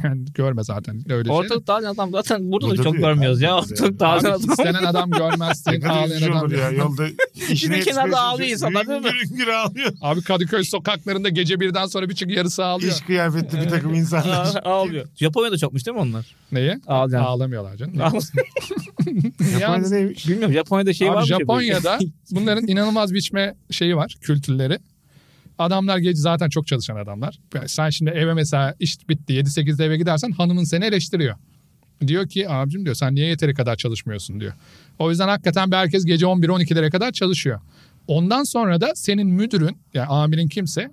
Speaker 4: Yani görme zaten öyle şey.
Speaker 2: Ortalık dağılan adam zaten burada,
Speaker 3: Burada
Speaker 2: da çok
Speaker 3: diyor,
Speaker 2: görmüyoruz ya.
Speaker 3: abi.
Speaker 2: Ortalık
Speaker 4: Abi
Speaker 2: dağılan adam. *laughs*
Speaker 4: istenen
Speaker 3: *laughs*
Speaker 4: adam
Speaker 3: Ne
Speaker 4: görmezsin.
Speaker 3: kadar
Speaker 4: ağlayan
Speaker 3: üzücü
Speaker 4: adam
Speaker 3: olur ya
Speaker 4: *laughs*
Speaker 3: yolda. işine
Speaker 2: kenarda
Speaker 3: yetişmeye
Speaker 2: ağlıyor insanlar,
Speaker 3: çalışıyor.
Speaker 2: değil mi?
Speaker 3: Hüngür hüngür ağlıyor.
Speaker 4: Abi Kadıköy sokaklarında gece birden sonra bir çık yarısı ağlıyor.
Speaker 3: İş kıyafetli bir
Speaker 4: *laughs*
Speaker 3: takım insanlar.
Speaker 2: Aa, Ağlıyor. Japonya'da çokmuş değil mi onlar?
Speaker 4: Neye?
Speaker 2: Ağlayan.
Speaker 4: Ağlamıyorlar canım.
Speaker 3: Japonya'da
Speaker 4: Yalnız-
Speaker 3: neymiş?
Speaker 2: Bilmiyorum Japonya'da şey
Speaker 4: Abi
Speaker 2: var mı?
Speaker 4: Japonya'da bunların inanılmaz biçme şeyi var, kültürleri. Adamlar gece zaten çok çalışan adamlar. Yani Sen şimdi eve mesela iş bitti 7-8'de eve gidersen hanımın seni eleştiriyor. Diyor ki abicim diyor sen niye yeteri kadar çalışmıyorsun diyor. O yüzden hakikaten bir herkes gece 11-12'lere kadar çalışıyor. Ondan sonra da senin müdürün yani amirin kimse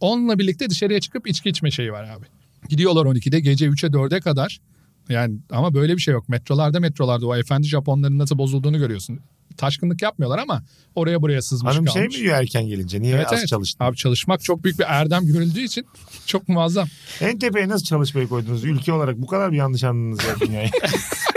Speaker 4: onunla birlikte dışarıya çıkıp içki içme şeyi var abi. Gidiyorlar 12'de gece 3'e 4'e kadar. Yani ama böyle bir şey yok. Metrolarda metrolarda o efendi Japonların nasıl bozulduğunu görüyorsun. Taşkınlık yapmıyorlar ama oraya buraya sızmış
Speaker 3: Hanım şey mi
Speaker 4: kalmış.
Speaker 3: diyor erken gelince? Niye
Speaker 4: Evet,
Speaker 3: az
Speaker 4: evet.
Speaker 3: çalıştın?
Speaker 4: Abi çalışmak çok büyük bir erdem görüldüğü için çok muazzam.
Speaker 3: En tepeye nasıl çalışmayı koydunuz? Ülke olarak bu kadar bir yanlış anladınız ya dünyayı.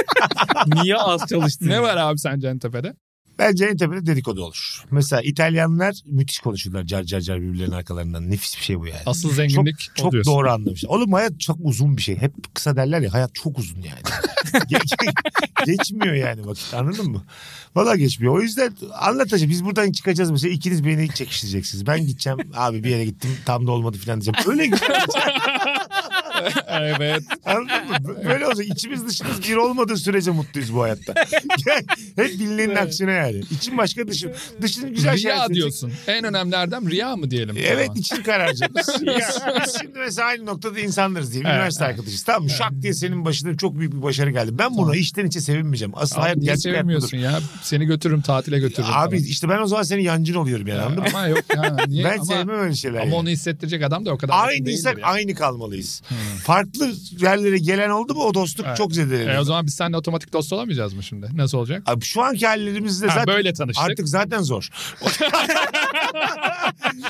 Speaker 2: *laughs* Niye az çalıştın?
Speaker 4: Ne var abi sence Entepe'de?
Speaker 3: Bence en tepede dedikodu olur. Mesela İtalyanlar müthiş konuşurlar car car car birbirlerinin arkalarından. Nefis bir şey bu yani.
Speaker 4: Asıl zenginlik
Speaker 3: çok
Speaker 4: o diyorsun.
Speaker 3: doğru anlamışlar. Oğlum hayat çok uzun bir şey. Hep kısa derler ya hayat çok uzun yani. Ge- geçmiyor yani vakit anladın mı? Valla geçmiyor. O yüzden anlatacağım. Biz buradan çıkacağız mesela ikiniz beni çekiştireceksiniz. Ben gideceğim abi bir yere gittim tam da olmadı falan diyeceğim. Öyle gidiyor.
Speaker 4: evet.
Speaker 3: Anladın mı? Bö- Böyle olacak. İçimiz dışımız bir olmadığı sürece mutluyuz bu hayatta. *laughs* Hep bilinenin aksine yani. İçin başka dışın. Dışın *laughs* güzel şeyler.
Speaker 4: Riya
Speaker 3: seçecek.
Speaker 4: diyorsun. En önemli erdem riya mı diyelim?
Speaker 3: Evet
Speaker 4: Tamam.
Speaker 3: için
Speaker 4: *laughs*
Speaker 3: kararacak. Biz Şimdi mesela aynı noktada insanlarız diye.
Speaker 4: Evet,
Speaker 3: Üniversite arkadaşıyız. Tamam mı? Şak diye senin başına çok büyük bir başarı geldi. Ben buna içten içe sevinmeyeceğim. Asıl hayat
Speaker 4: Abi niye
Speaker 3: gerçek hayat budur.
Speaker 4: sevmiyorsun ya? Seni götürürüm tatile götürürüm.
Speaker 3: Abi
Speaker 4: falan.
Speaker 3: işte ben o zaman senin yancın oluyorum yani anladın mı?
Speaker 4: ama yok
Speaker 3: *laughs*
Speaker 4: ya. Niye?
Speaker 3: Ben
Speaker 4: ama,
Speaker 3: sevmem öyle şeyler.
Speaker 4: ama
Speaker 3: yani.
Speaker 4: onu hissettirecek adam da o kadar. yakın
Speaker 3: Aynı
Speaker 4: değildir
Speaker 3: insan
Speaker 4: yani. Hmm.
Speaker 3: aynı kalmalıyız. Farklı yerlere gelen oldu mu o dostluk
Speaker 4: Evet.
Speaker 3: çok zedelenir.
Speaker 4: E o zaman biz seninle otomatik dost olamayacağız mı şimdi? Nasıl olacak?
Speaker 3: Abi şu anki hallerimizde
Speaker 4: Ha,
Speaker 3: zaten
Speaker 4: böyle tanıştık.
Speaker 3: artık zaten
Speaker 4: *laughs*
Speaker 3: zor.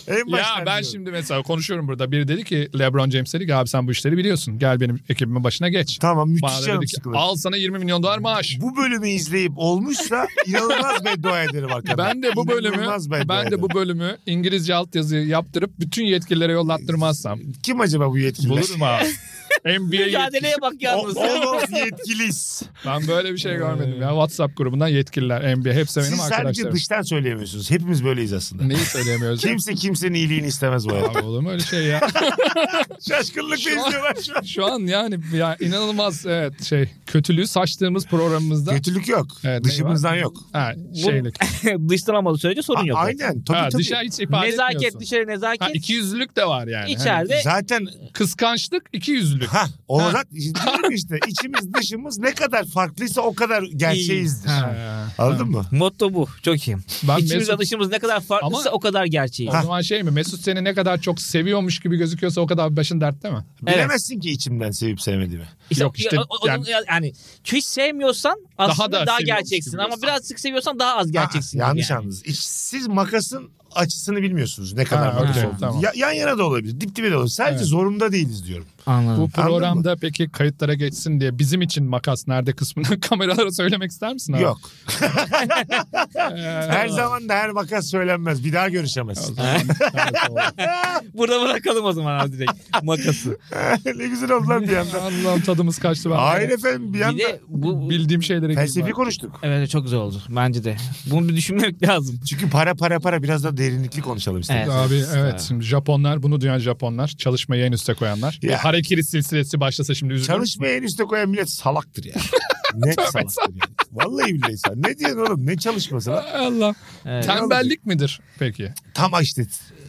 Speaker 3: en
Speaker 4: Ya
Speaker 3: baştan
Speaker 4: ben
Speaker 3: diyorum.
Speaker 4: şimdi mesela konuşuyorum burada. Biri dedi ki LeBron James dedi ki abi sen bu işleri biliyorsun. Gel benim ekibimin başına geç.
Speaker 3: Tamam
Speaker 4: Bana
Speaker 3: müthiş
Speaker 4: da
Speaker 3: canım
Speaker 4: dedi ki,
Speaker 3: sıkılır.
Speaker 4: al sana 20 milyon dolar maaş.
Speaker 3: Bu bölümü izleyip olmuşsa inanılmaz beddua ederim arkadaşlar.
Speaker 4: E Ben de bu bölümü
Speaker 3: İnanılmaz beddua
Speaker 4: ben de bu bölümü İngilizce altyazı yaptırıp bütün yetkililere yollattırmazsam
Speaker 3: ederim. Kim acaba bu yetkili? *laughs*
Speaker 4: bulurum abi. NBA yetkili.
Speaker 2: Mücadeleye bak yalnız.
Speaker 3: Olmaz yetkiliyiz.
Speaker 4: Ben böyle bir şey görmedim ya. WhatsApp grubundan yetkililer NBA hepsi benim
Speaker 3: Siz sadece
Speaker 4: arkadaşlarım.
Speaker 3: dıştan söyleyemiyorsunuz. Hepimiz böyleyiz
Speaker 4: *laughs*
Speaker 3: aslında.
Speaker 4: Neyi söyleyemiyoruz?
Speaker 3: Kimse kimsenin iyiliğini istemez bu hayatta.
Speaker 4: Abi olur mu öyle şey ya?
Speaker 3: Şaşkınlıkla izliyorlar şu an.
Speaker 4: *laughs* Şu an yani ya inanılmaz evet şey kötülüğü saçtığımız programımızda
Speaker 3: Kötülük yok.
Speaker 4: Evet,
Speaker 3: Dışımızdan yok.
Speaker 4: ha, şeylik.
Speaker 2: *laughs* Dıştan olmadığı sürece sorun yok.
Speaker 3: A- Aynen. Tabii
Speaker 4: Ha,
Speaker 3: tabii.
Speaker 4: dışarı hiç ifade
Speaker 2: Nezaket
Speaker 4: etmiyorsun.
Speaker 2: dışarı nezaket.
Speaker 4: Ha, iki yüzlülük de var yani. Hani
Speaker 2: İçeride
Speaker 3: Zaten
Speaker 4: kıskançlık iki yüzlülük.
Speaker 3: ha *laughs* olarak diyorum işte içimiz dışımız ne kadar farklıysa o kadar gerçeğizdir.
Speaker 4: Ha.
Speaker 3: Anladın mı?
Speaker 2: Motto bu. Çok iyi.
Speaker 4: Ben
Speaker 2: İçimiz
Speaker 4: Mesut-
Speaker 2: dışımız ne kadar farklıysa
Speaker 4: Ama-
Speaker 2: o kadar gerçeği.
Speaker 4: O zaman şey mi Mesut seni ne kadar çok seviyormuş gibi gözüküyorsa o kadar başın dertte mi?
Speaker 2: Evet.
Speaker 3: Bilemezsin ki içimden sevip sevmediğimi.
Speaker 4: Yok işte,
Speaker 2: o- o- onun-
Speaker 4: yani-
Speaker 2: yani, hiç sevmiyorsan aslında daha,
Speaker 4: da Ah, seviyormuş
Speaker 2: gerçeksin
Speaker 4: gibi
Speaker 2: ama
Speaker 4: diyorsun.
Speaker 2: biraz sık seviyorsan daha az gerçeksin.
Speaker 3: Ha,
Speaker 2: gibi
Speaker 3: yanlış
Speaker 2: yani.
Speaker 3: anladınız. İç- siz makasın açısını bilmiyorsunuz ne kadar
Speaker 4: Ha,
Speaker 3: makas
Speaker 2: okey,
Speaker 3: olduğunu.
Speaker 4: tamam.
Speaker 3: Ya- yan yana da olabilir. Dip dibe de olabilir. Sadece
Speaker 4: Evet.
Speaker 3: zorunda değiliz diyorum.
Speaker 4: Bu
Speaker 2: Anladım.
Speaker 3: mı?
Speaker 4: programda peki kayıtlara geçsin diye bizim için makas nerede kısmını *laughs* kameralara söylemek ister misin? abi?
Speaker 3: Yok.
Speaker 4: Ee,
Speaker 3: Her zaman da her makas söylenmez. Bir daha
Speaker 4: o
Speaker 3: görüşemezsin.
Speaker 4: zaman- Evet, doğru.
Speaker 2: Burada bırakalım o zaman abi
Speaker 4: *laughs*
Speaker 2: direkt makası.
Speaker 3: *laughs* ne güzel oldu lan bir yandan.
Speaker 4: *laughs* Allah'ım tadımız kaçtı. Ben
Speaker 3: Hayır efendim bir
Speaker 2: Bir
Speaker 3: yandan.
Speaker 2: de bu...
Speaker 4: Bildiğim şeylere
Speaker 3: Felsefi
Speaker 4: girdim.
Speaker 3: konuştuk.
Speaker 2: Evet çok güzel oldu bence de. Bunu bir düşünmek lazım.
Speaker 3: Çünkü para para para biraz da derinlikli konuşalım istedim.
Speaker 2: Evet.
Speaker 4: Abi evet
Speaker 2: Evet.
Speaker 4: şimdi Japonlar bunu duyan Japonlar çalışmayı en üste koyanlar.
Speaker 3: Ya.
Speaker 4: O harekiri silsilesi başlasa şimdi üzülürüm.
Speaker 3: Çalışmayı en üste koyan millet salaktır
Speaker 4: *laughs*
Speaker 3: ya. Net salaktır yani. Vallahi billahi sen. Ne diyorsun oğlum? Ne çalışması lan?
Speaker 4: Allah.
Speaker 2: Evet.
Speaker 4: Tembellik midir peki?
Speaker 3: Tam işte.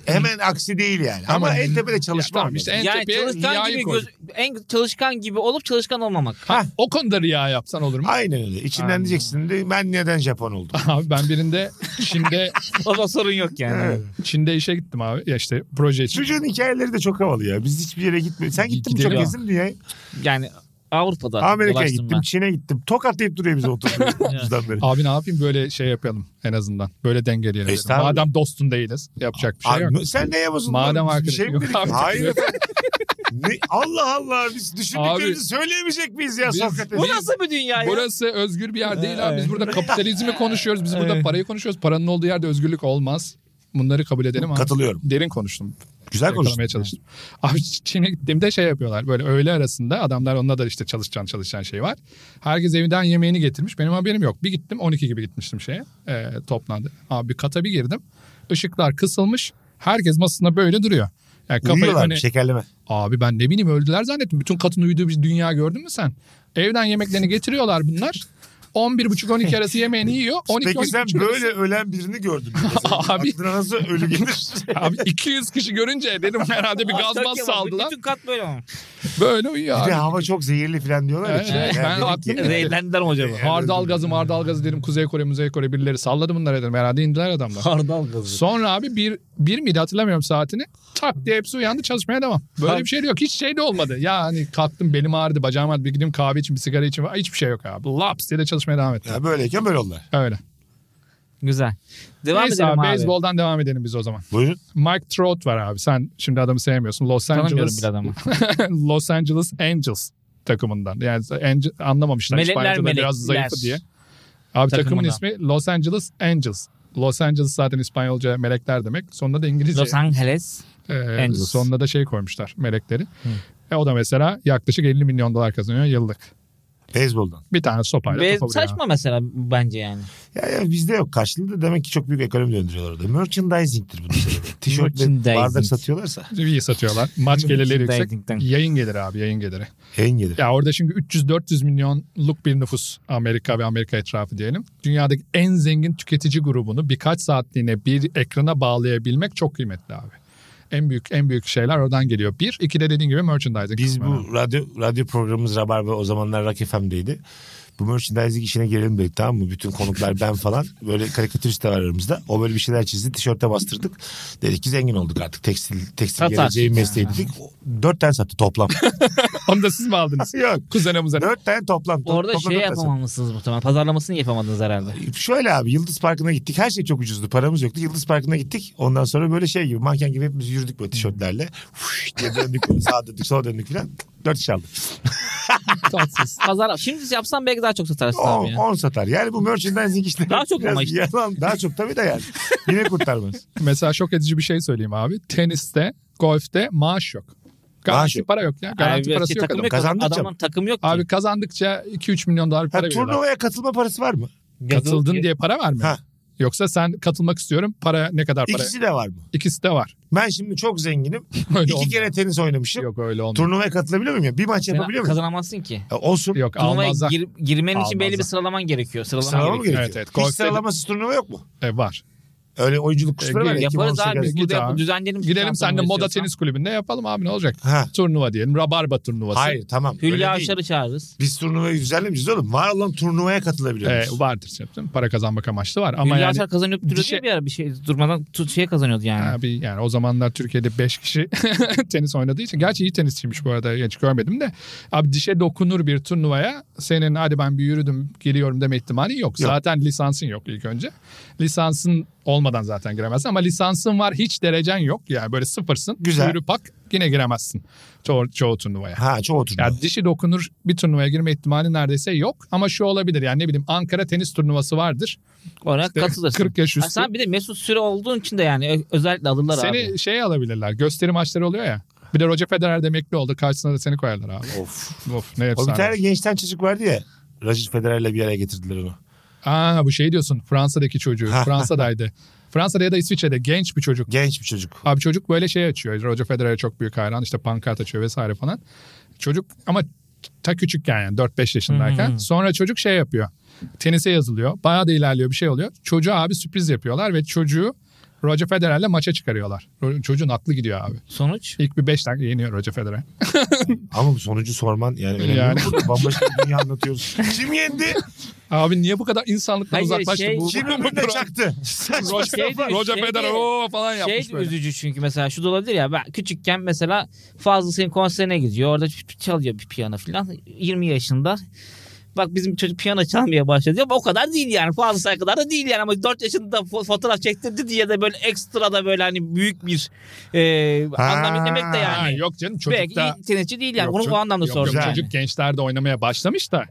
Speaker 3: Hemen aksi değil yani. Ama,
Speaker 4: Ama-
Speaker 3: en tepede çalışma.
Speaker 4: Ya tamam
Speaker 3: var.
Speaker 4: işte en
Speaker 2: Yani
Speaker 4: tepeye
Speaker 2: çalışkan
Speaker 4: riyayı
Speaker 2: gibi
Speaker 4: koy.
Speaker 2: göz- en çalışkan gibi olup çalışkan olmamak.
Speaker 4: Ha, o konuda riya yapsan olur mu?
Speaker 3: Aynen öyle. İçinden
Speaker 2: Aynen.
Speaker 3: diyeceksin de ben neden Japon oldum?
Speaker 4: Abi ben birinde Çin'de
Speaker 2: O zaman sorun yok
Speaker 4: *laughs*
Speaker 2: yani.
Speaker 3: Evet.
Speaker 4: Çin'de işe gittim abi. Ya işte proje için.
Speaker 3: Çocuğun hikayeleri de çok havalı ya. Biz hiçbir yere gitmedik. Sen gittin mi çok
Speaker 4: Gidelim.
Speaker 3: gezdin diye.
Speaker 2: Yani Avrupa'da
Speaker 3: Amerika'ya
Speaker 2: dolaştım
Speaker 3: gittim, Çin'e gittim. Tokatlayıp duruyor bizi
Speaker 4: *laughs*
Speaker 3: oturduğumuzdan beri.
Speaker 4: Abi ne yapayım böyle şey yapalım en azından. Böyle dengeleyelim.
Speaker 3: Estağfurullah.
Speaker 4: Madem dostun değiliz yapacak bir şey
Speaker 3: E Abi,
Speaker 4: yok.
Speaker 3: Sen neye bozuldun?
Speaker 4: Madem
Speaker 3: lan? Bir
Speaker 4: arkadaş-
Speaker 3: şey mi
Speaker 4: Yok
Speaker 3: dedik?
Speaker 4: abi. *laughs*
Speaker 3: Hayır efendim. Ne- Allah Allah biz düşündüklerimizi söyleyemeyecek miyiz ya
Speaker 4: Biz-
Speaker 3: Sokrates?
Speaker 2: Bu nasıl bir dünya ya?
Speaker 4: Burası özgür bir yer değil abi. Biz
Speaker 2: Evet.
Speaker 4: burada kapitalizmi konuşuyoruz. Biz burada parayı konuşuyoruz. Paranın olduğu yerde özgürlük olmaz. Bunları kabul edelim abi.
Speaker 3: Katılıyorum.
Speaker 4: Derin konuştum.
Speaker 3: Güzel konuştun.
Speaker 4: Yakalamaya çalıştım. Abi Çin'e gittiğimde şey yapıyorlar. Böyle öğle arasında adamlar onda da işte çalışacağın çalışan şey var. Herkes evinden yemeğini getirmiş. Benim haberim yok. Bir gittim 12 gibi gitmiştim şeye. E, toplandı. Abi bir kata bir girdim. Işıklar kısılmış. Herkes masasında böyle duruyor. Yani kafayı
Speaker 3: Uyuyorlar şey.
Speaker 4: hani,
Speaker 3: şekerleme.
Speaker 4: Abi ben ne bileyim öldüler zannettim. Bütün katın uyuduğu bir dünya gördün mü sen?
Speaker 3: *laughs*
Speaker 4: Evden yemeklerini getiriyorlar bunlar. 11.30-12 arası yemeğini yiyor. 12,
Speaker 3: Peki sen
Speaker 4: 12.30
Speaker 3: böyle ölen birini gördün.
Speaker 4: *laughs*
Speaker 3: mü?
Speaker 4: Abi.
Speaker 3: Aklına nasıl ölü
Speaker 4: *laughs*
Speaker 3: gelir?
Speaker 4: Abi 200 kişi görünce dedim herhalde bir
Speaker 2: Aa, çok
Speaker 4: gazmaz
Speaker 2: yaman.
Speaker 4: saldılar.
Speaker 2: Bütün kat böyle ama.
Speaker 4: Böyle uyuyor
Speaker 3: Bir de
Speaker 4: abi.
Speaker 3: hava çok zehirli falan diyorlar. ya
Speaker 4: Evet,
Speaker 3: Çin'e.
Speaker 4: evet.
Speaker 3: Yani
Speaker 4: Ben
Speaker 3: dedim ki,
Speaker 4: aklım-
Speaker 3: evet.
Speaker 2: Zehirlendiler mi acaba?
Speaker 4: Hardal gazı mardal gazı dedim Kuzey Kore Muzey Kore birileri salladı bunları dedim herhalde indiler adamlar.
Speaker 2: Hardal gazı.
Speaker 4: Sonra abi bir, bir miydi hatırlamıyorum saatini. Tak diye hepsi uyandı çalışmaya devam. Böyle
Speaker 2: Abi.
Speaker 4: bir şey de yok. Hiç şey de olmadı. Ya hani kalktım belim ağrıdı bacağım ağrıdı bir gideyim kahve için bir sigara için. falan. Hiçbir şey yok abi. Laps diye de çalışmaya devam ettim.
Speaker 3: Ya böyleyken böyle oldu.
Speaker 4: Öyle.
Speaker 2: Güzel. Devam
Speaker 4: Neyse
Speaker 2: edelim abi.
Speaker 4: Beyzboldan devam edelim biz o zaman.
Speaker 3: Buyurun.
Speaker 4: Mike Trout var abi. Sen şimdi adamı sevmiyorsun. Los
Speaker 2: Tanımıyorum
Speaker 4: Angeles,
Speaker 2: bir adamı.
Speaker 4: *laughs* Los Angeles Angels takımından. Yani Ange- anlamamışlar.
Speaker 2: Melekler,
Speaker 4: İspanyolca da biraz
Speaker 2: melekler.
Speaker 4: zayıfı diye. Abi takımın
Speaker 2: Takımından.
Speaker 4: ismi Los Angeles Angels. Los Angeles zaten İspanyolca melekler demek. Sonunda da İngilizce.
Speaker 2: Los Angeles.
Speaker 4: Ee,
Speaker 2: Angels.
Speaker 4: Sonuna da şey koymuşlar melekleri. E o da mesela yaklaşık 50 milyon dolar kazanıyor yıllık.
Speaker 3: Beyzboldan.
Speaker 4: Bir tane sopayla
Speaker 2: Ve
Speaker 4: topa vuruyor.
Speaker 2: saçma mesela bence yani.
Speaker 3: Ya, ya bizde yok. Karşılığı da demek ki çok büyük ekonomi döndürüyorlar orada. Merchandising'tir
Speaker 4: *laughs*
Speaker 3: bunun sebebi. Tişört ve
Speaker 2: Merchandising.
Speaker 3: bardak satıyorlarsa
Speaker 4: İyi satıyorlar. Maç gelirleri yüksek.
Speaker 2: Merchandising'den.
Speaker 4: Yayın geliri abi yayın geliri.
Speaker 3: en gelir.
Speaker 4: Ya orada çünkü 300-400 milyonluk bir nüfus Amerika ve Amerika etrafı diyelim. Dünyadaki en zengin tüketici grubunu birkaç saatliğine bir ekrana bağlayabilmek çok kıymetli abi. En büyük en büyük şeyler oradan geliyor. Bir, iki de dediğin gibi merchandising.
Speaker 3: Biz
Speaker 4: kısmı.
Speaker 3: bu radyo radyo programımız Rabarba o zamanlar Rock FM'deydi. Bu merchandising işine girelim dedik tamam mı? Bütün konuklar ben falan. Böyle karikatürist de var aramızda. O böyle bir şeyler çizdi. Tişörte bastırdık. Dedik ki zengin olduk artık. Tekstil, tekstil
Speaker 2: Satar.
Speaker 3: geleceği mesleği dedik. O- Dört tane sattı toplam.
Speaker 4: Onu da siz mi
Speaker 3: *laughs*
Speaker 4: aldınız?
Speaker 3: Yok.
Speaker 4: Kuzene muzene.
Speaker 3: Dört tane toplam. To-
Speaker 2: Orada
Speaker 3: toplam
Speaker 2: şey
Speaker 3: dört tane sattı.
Speaker 2: yapamamışsınız muhtemelen. Pazarlamasını yapamadınız herhalde.
Speaker 3: Şöyle abi Yıldız Parkı'na gittik. Her şey çok ucuzdu. Paramız yoktu. Yıldız Parkı'na gittik. Ondan sonra böyle şey gibi manken gibi hepimiz yürüdük böyle tişörtlerle. Fuş diye döndük böyle sağa döndük sola döndük falan. Dört iş aldık.
Speaker 4: Tatsız.
Speaker 2: *laughs* Pazar şimdi yapsan belki daha çok satarsın abi
Speaker 3: On,
Speaker 2: ya.
Speaker 3: on satar. Yani bu merchandising işleri.
Speaker 2: Daha çok
Speaker 3: biraz
Speaker 2: ama işte.
Speaker 3: Yalan, daha çok tabii de yani. Yine
Speaker 2: *laughs*
Speaker 3: kurtarmaz.
Speaker 4: Mesela şok edici bir şey söyleyeyim abi. Teniste, golfte maaş yok. Garanti
Speaker 3: Maaş yok.
Speaker 4: para yok ya.
Speaker 2: Abi,
Speaker 4: Garanti
Speaker 2: şey,
Speaker 4: parası yok
Speaker 2: takım
Speaker 4: adam.
Speaker 3: Kazandıkça
Speaker 2: Adamın takım yok ki.
Speaker 4: Abi kazandıkça 2-3 milyon dolar
Speaker 3: Ha,
Speaker 4: para veriyorlar.
Speaker 3: turnuvaya katılma parası var mı?
Speaker 4: Katıldın diye para var
Speaker 3: Ha.
Speaker 4: mı? Yoksa sen katılmak istiyorum para ne kadar para?
Speaker 3: İkisi de var mı?
Speaker 4: İkisi de var.
Speaker 3: Ben şimdi
Speaker 2: *laughs*
Speaker 3: çok zenginim.
Speaker 4: *laughs* Öyle
Speaker 3: İki kere tenis oynamışım.
Speaker 4: Yok öyle olmuyor.
Speaker 3: Turnuvaya katılabiliyor muyum? ya? Bir maç
Speaker 2: Sen
Speaker 3: yapabiliyor muyum?
Speaker 2: Kazanamazsın ki.
Speaker 3: E, olsun.
Speaker 4: Yok
Speaker 2: Turnuvaya
Speaker 4: almazlar.
Speaker 2: gir, girmen için belli bir
Speaker 4: Almazlar.
Speaker 2: sıralaman gerekiyor. Sıralaman
Speaker 3: Sıralama mı
Speaker 2: gerekiyor.
Speaker 3: gerekiyor?
Speaker 4: Evet, evet.
Speaker 3: Hiç
Speaker 4: Golf'te de-
Speaker 3: sıralamasız turnuva yok mu?
Speaker 4: E, var.
Speaker 3: Öyle oyunculuk kusura var ya.
Speaker 2: Yaparız
Speaker 3: 2018
Speaker 2: abi.
Speaker 3: arası.
Speaker 2: Biz burada
Speaker 4: Git
Speaker 2: yap-
Speaker 4: abi.
Speaker 2: düzenleyelim.
Speaker 4: Gidelim sen de
Speaker 2: şampiyonu
Speaker 4: Moda
Speaker 2: istiyorsan.
Speaker 4: Tenis Kulübü'nde yapalım abi ne olacak?
Speaker 3: Ha.
Speaker 4: Turnuva diyelim. Rabarba turnuvası.
Speaker 3: Hayır tamam.
Speaker 2: Hülya
Speaker 3: öyle değil.
Speaker 2: Avşar'ı çağırırız.
Speaker 3: Biz turnuvayı güzellemişiz oğlum. Var olan turnuvaya
Speaker 2: E,
Speaker 4: Ee,
Speaker 3: katılabiliyoruz.
Speaker 4: vardır canım. Para kazanmak amaçlı var. Ama
Speaker 2: Hülya
Speaker 4: yani,
Speaker 2: Avşar kazanıp duruyordu
Speaker 4: dişe-
Speaker 2: bir ara bir şey durmadan tut, şeye kazanıyordu yani.
Speaker 4: abi, yani o zamanlar Türkiye'de
Speaker 3: *laughs*
Speaker 4: 5 kişi tenis oynadığı için. Gerçi iyi tenisçiymiş bu arada. Hiç görmedim de. Abi dişe dokunur bir turnuvaya. Senin hadi ben bir yürüdüm geliyorum deme ihtimali yok.
Speaker 3: Yok.
Speaker 4: Zaten lisansın yok ilk önce. Lisansın olmadan zaten giremezsin. Ama lisansın var hiç derecen yok. Yani böyle sıfırsın.
Speaker 3: Güzel.
Speaker 4: Yürü pak yine giremezsin. Çoğu, çoğu turnuvaya.
Speaker 3: ha çoğu turnuva.
Speaker 4: Ya dişi dokunur bir turnuvaya girme ihtimali neredeyse yok. Ama şu olabilir yani ne bileyim Ankara tenis turnuvası vardır.
Speaker 2: Olarak katılırsın.
Speaker 4: 40 yaş
Speaker 2: Ha,
Speaker 4: üstü.
Speaker 2: sen bir de Mesut Süre olduğun için de yani ö- özellikle alırlar
Speaker 4: Seni
Speaker 2: abi.
Speaker 4: şey alabilirler. Gösteri maçları oluyor ya. Bir de Roger Federer de emekli oldu. Karşısına da seni koyarlar abi.
Speaker 3: Of.
Speaker 4: of ne
Speaker 3: O bir tane
Speaker 4: efsane.
Speaker 3: gençten çocuk vardı ya. Roger Federer'le bir araya getirdiler onu.
Speaker 4: Aa bu şey diyorsun
Speaker 3: *laughs*
Speaker 4: Fransa'daki çocuğu. Fransa'daydı. Fransa'da ya da İsviçre'de genç bir çocuk.
Speaker 3: Genç bir çocuk.
Speaker 4: Abi çocuk böyle şey açıyor. Roger Federer'e çok büyük hayran. İşte pankart açıyor vesaire falan. Çocuk ama ta küçükken yani 4-5 yaşındayken. Sonra çocuk şey yapıyor. Tenise yazılıyor. Bayağı da ilerliyor bir şey oluyor. Çocuğa abi sürpriz yapıyorlar ve çocuğu Roger Federer'le maça çıkarıyorlar. Ro- Çocuğun aklı gidiyor abi.
Speaker 2: Sonuç.
Speaker 4: İlk bir 5 dakika yeniyor Roger Federer.
Speaker 3: Ama bu sonucu sorman yani önemli.
Speaker 4: Yani.
Speaker 3: Burada Bambaşka bir dünya
Speaker 2: *laughs*
Speaker 3: anlatıyoruz. Kim yendi?
Speaker 4: Abi niye bu kadar insanlıktan
Speaker 2: Hayır,
Speaker 4: uzaklaştı
Speaker 2: şey-
Speaker 4: bu?
Speaker 3: Kim
Speaker 4: bu- bu-
Speaker 3: ömründe
Speaker 4: bu-
Speaker 3: çaktı? Saçma
Speaker 4: Roger,
Speaker 2: Şey diyor,
Speaker 4: Roger
Speaker 2: şey
Speaker 4: Federer
Speaker 2: diyor.
Speaker 4: o falan
Speaker 2: Şey
Speaker 4: yapmış böyle.
Speaker 2: üzücü çünkü mesela şu da olabilir ya ben küçükken mesela Fazıl Say'ın konserine gidiyor orada ç- ç- çalıyor bir piyano falan 20 yaşında bak bizim çocuk piyano çalmaya başladı ama o kadar değil yani Fazıl Say kadar da değil yani ama 4 yaşında fo- fotoğraf çektirdi diye de böyle ekstra da böyle hani büyük bir e,
Speaker 3: Ha,
Speaker 2: anlam demek de
Speaker 4: Ha,
Speaker 2: yani.
Speaker 4: yok canım çocuk
Speaker 2: Belki
Speaker 4: da...
Speaker 2: iyi tenisçi değil yani.
Speaker 4: Yok,
Speaker 2: Onu
Speaker 4: çocuk-
Speaker 2: o anlamda
Speaker 4: yok,
Speaker 2: sordum.
Speaker 4: yok,
Speaker 2: yani.
Speaker 4: Çocuk gençlerde oynamaya başlamış da.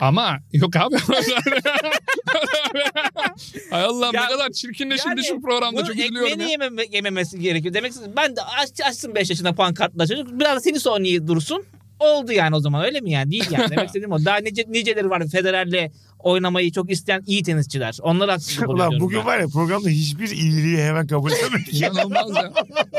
Speaker 4: Ama yok abi. *laughs* Ay Allah'ım
Speaker 2: Ya-
Speaker 4: ne kadar çirkinleşildi
Speaker 2: Yani
Speaker 4: şu programda
Speaker 2: bunun
Speaker 4: çok üzülüyorum
Speaker 2: ekmeğini
Speaker 4: ya.
Speaker 2: yememe- yememesi gerekiyor. Demek ki ben de aç, açsın 5 yaşında pankartla çocuk. Biraz da tenis oynayıp dursun. Oldu yani o zaman öyle mi yani? Değil yani.
Speaker 3: *laughs*
Speaker 2: Demek istediğim o. Daha nice, niceleri var Federer'le oynamayı çok isteyen iyi tenisçiler. Onlara haksızlık oluyor
Speaker 3: Ulan
Speaker 2: diyorum
Speaker 3: bugün
Speaker 2: ben.
Speaker 3: var ya programda hiçbir iyiliği
Speaker 2: *laughs*
Speaker 3: hemen kabul edemedik.
Speaker 4: İnanılmaz ya.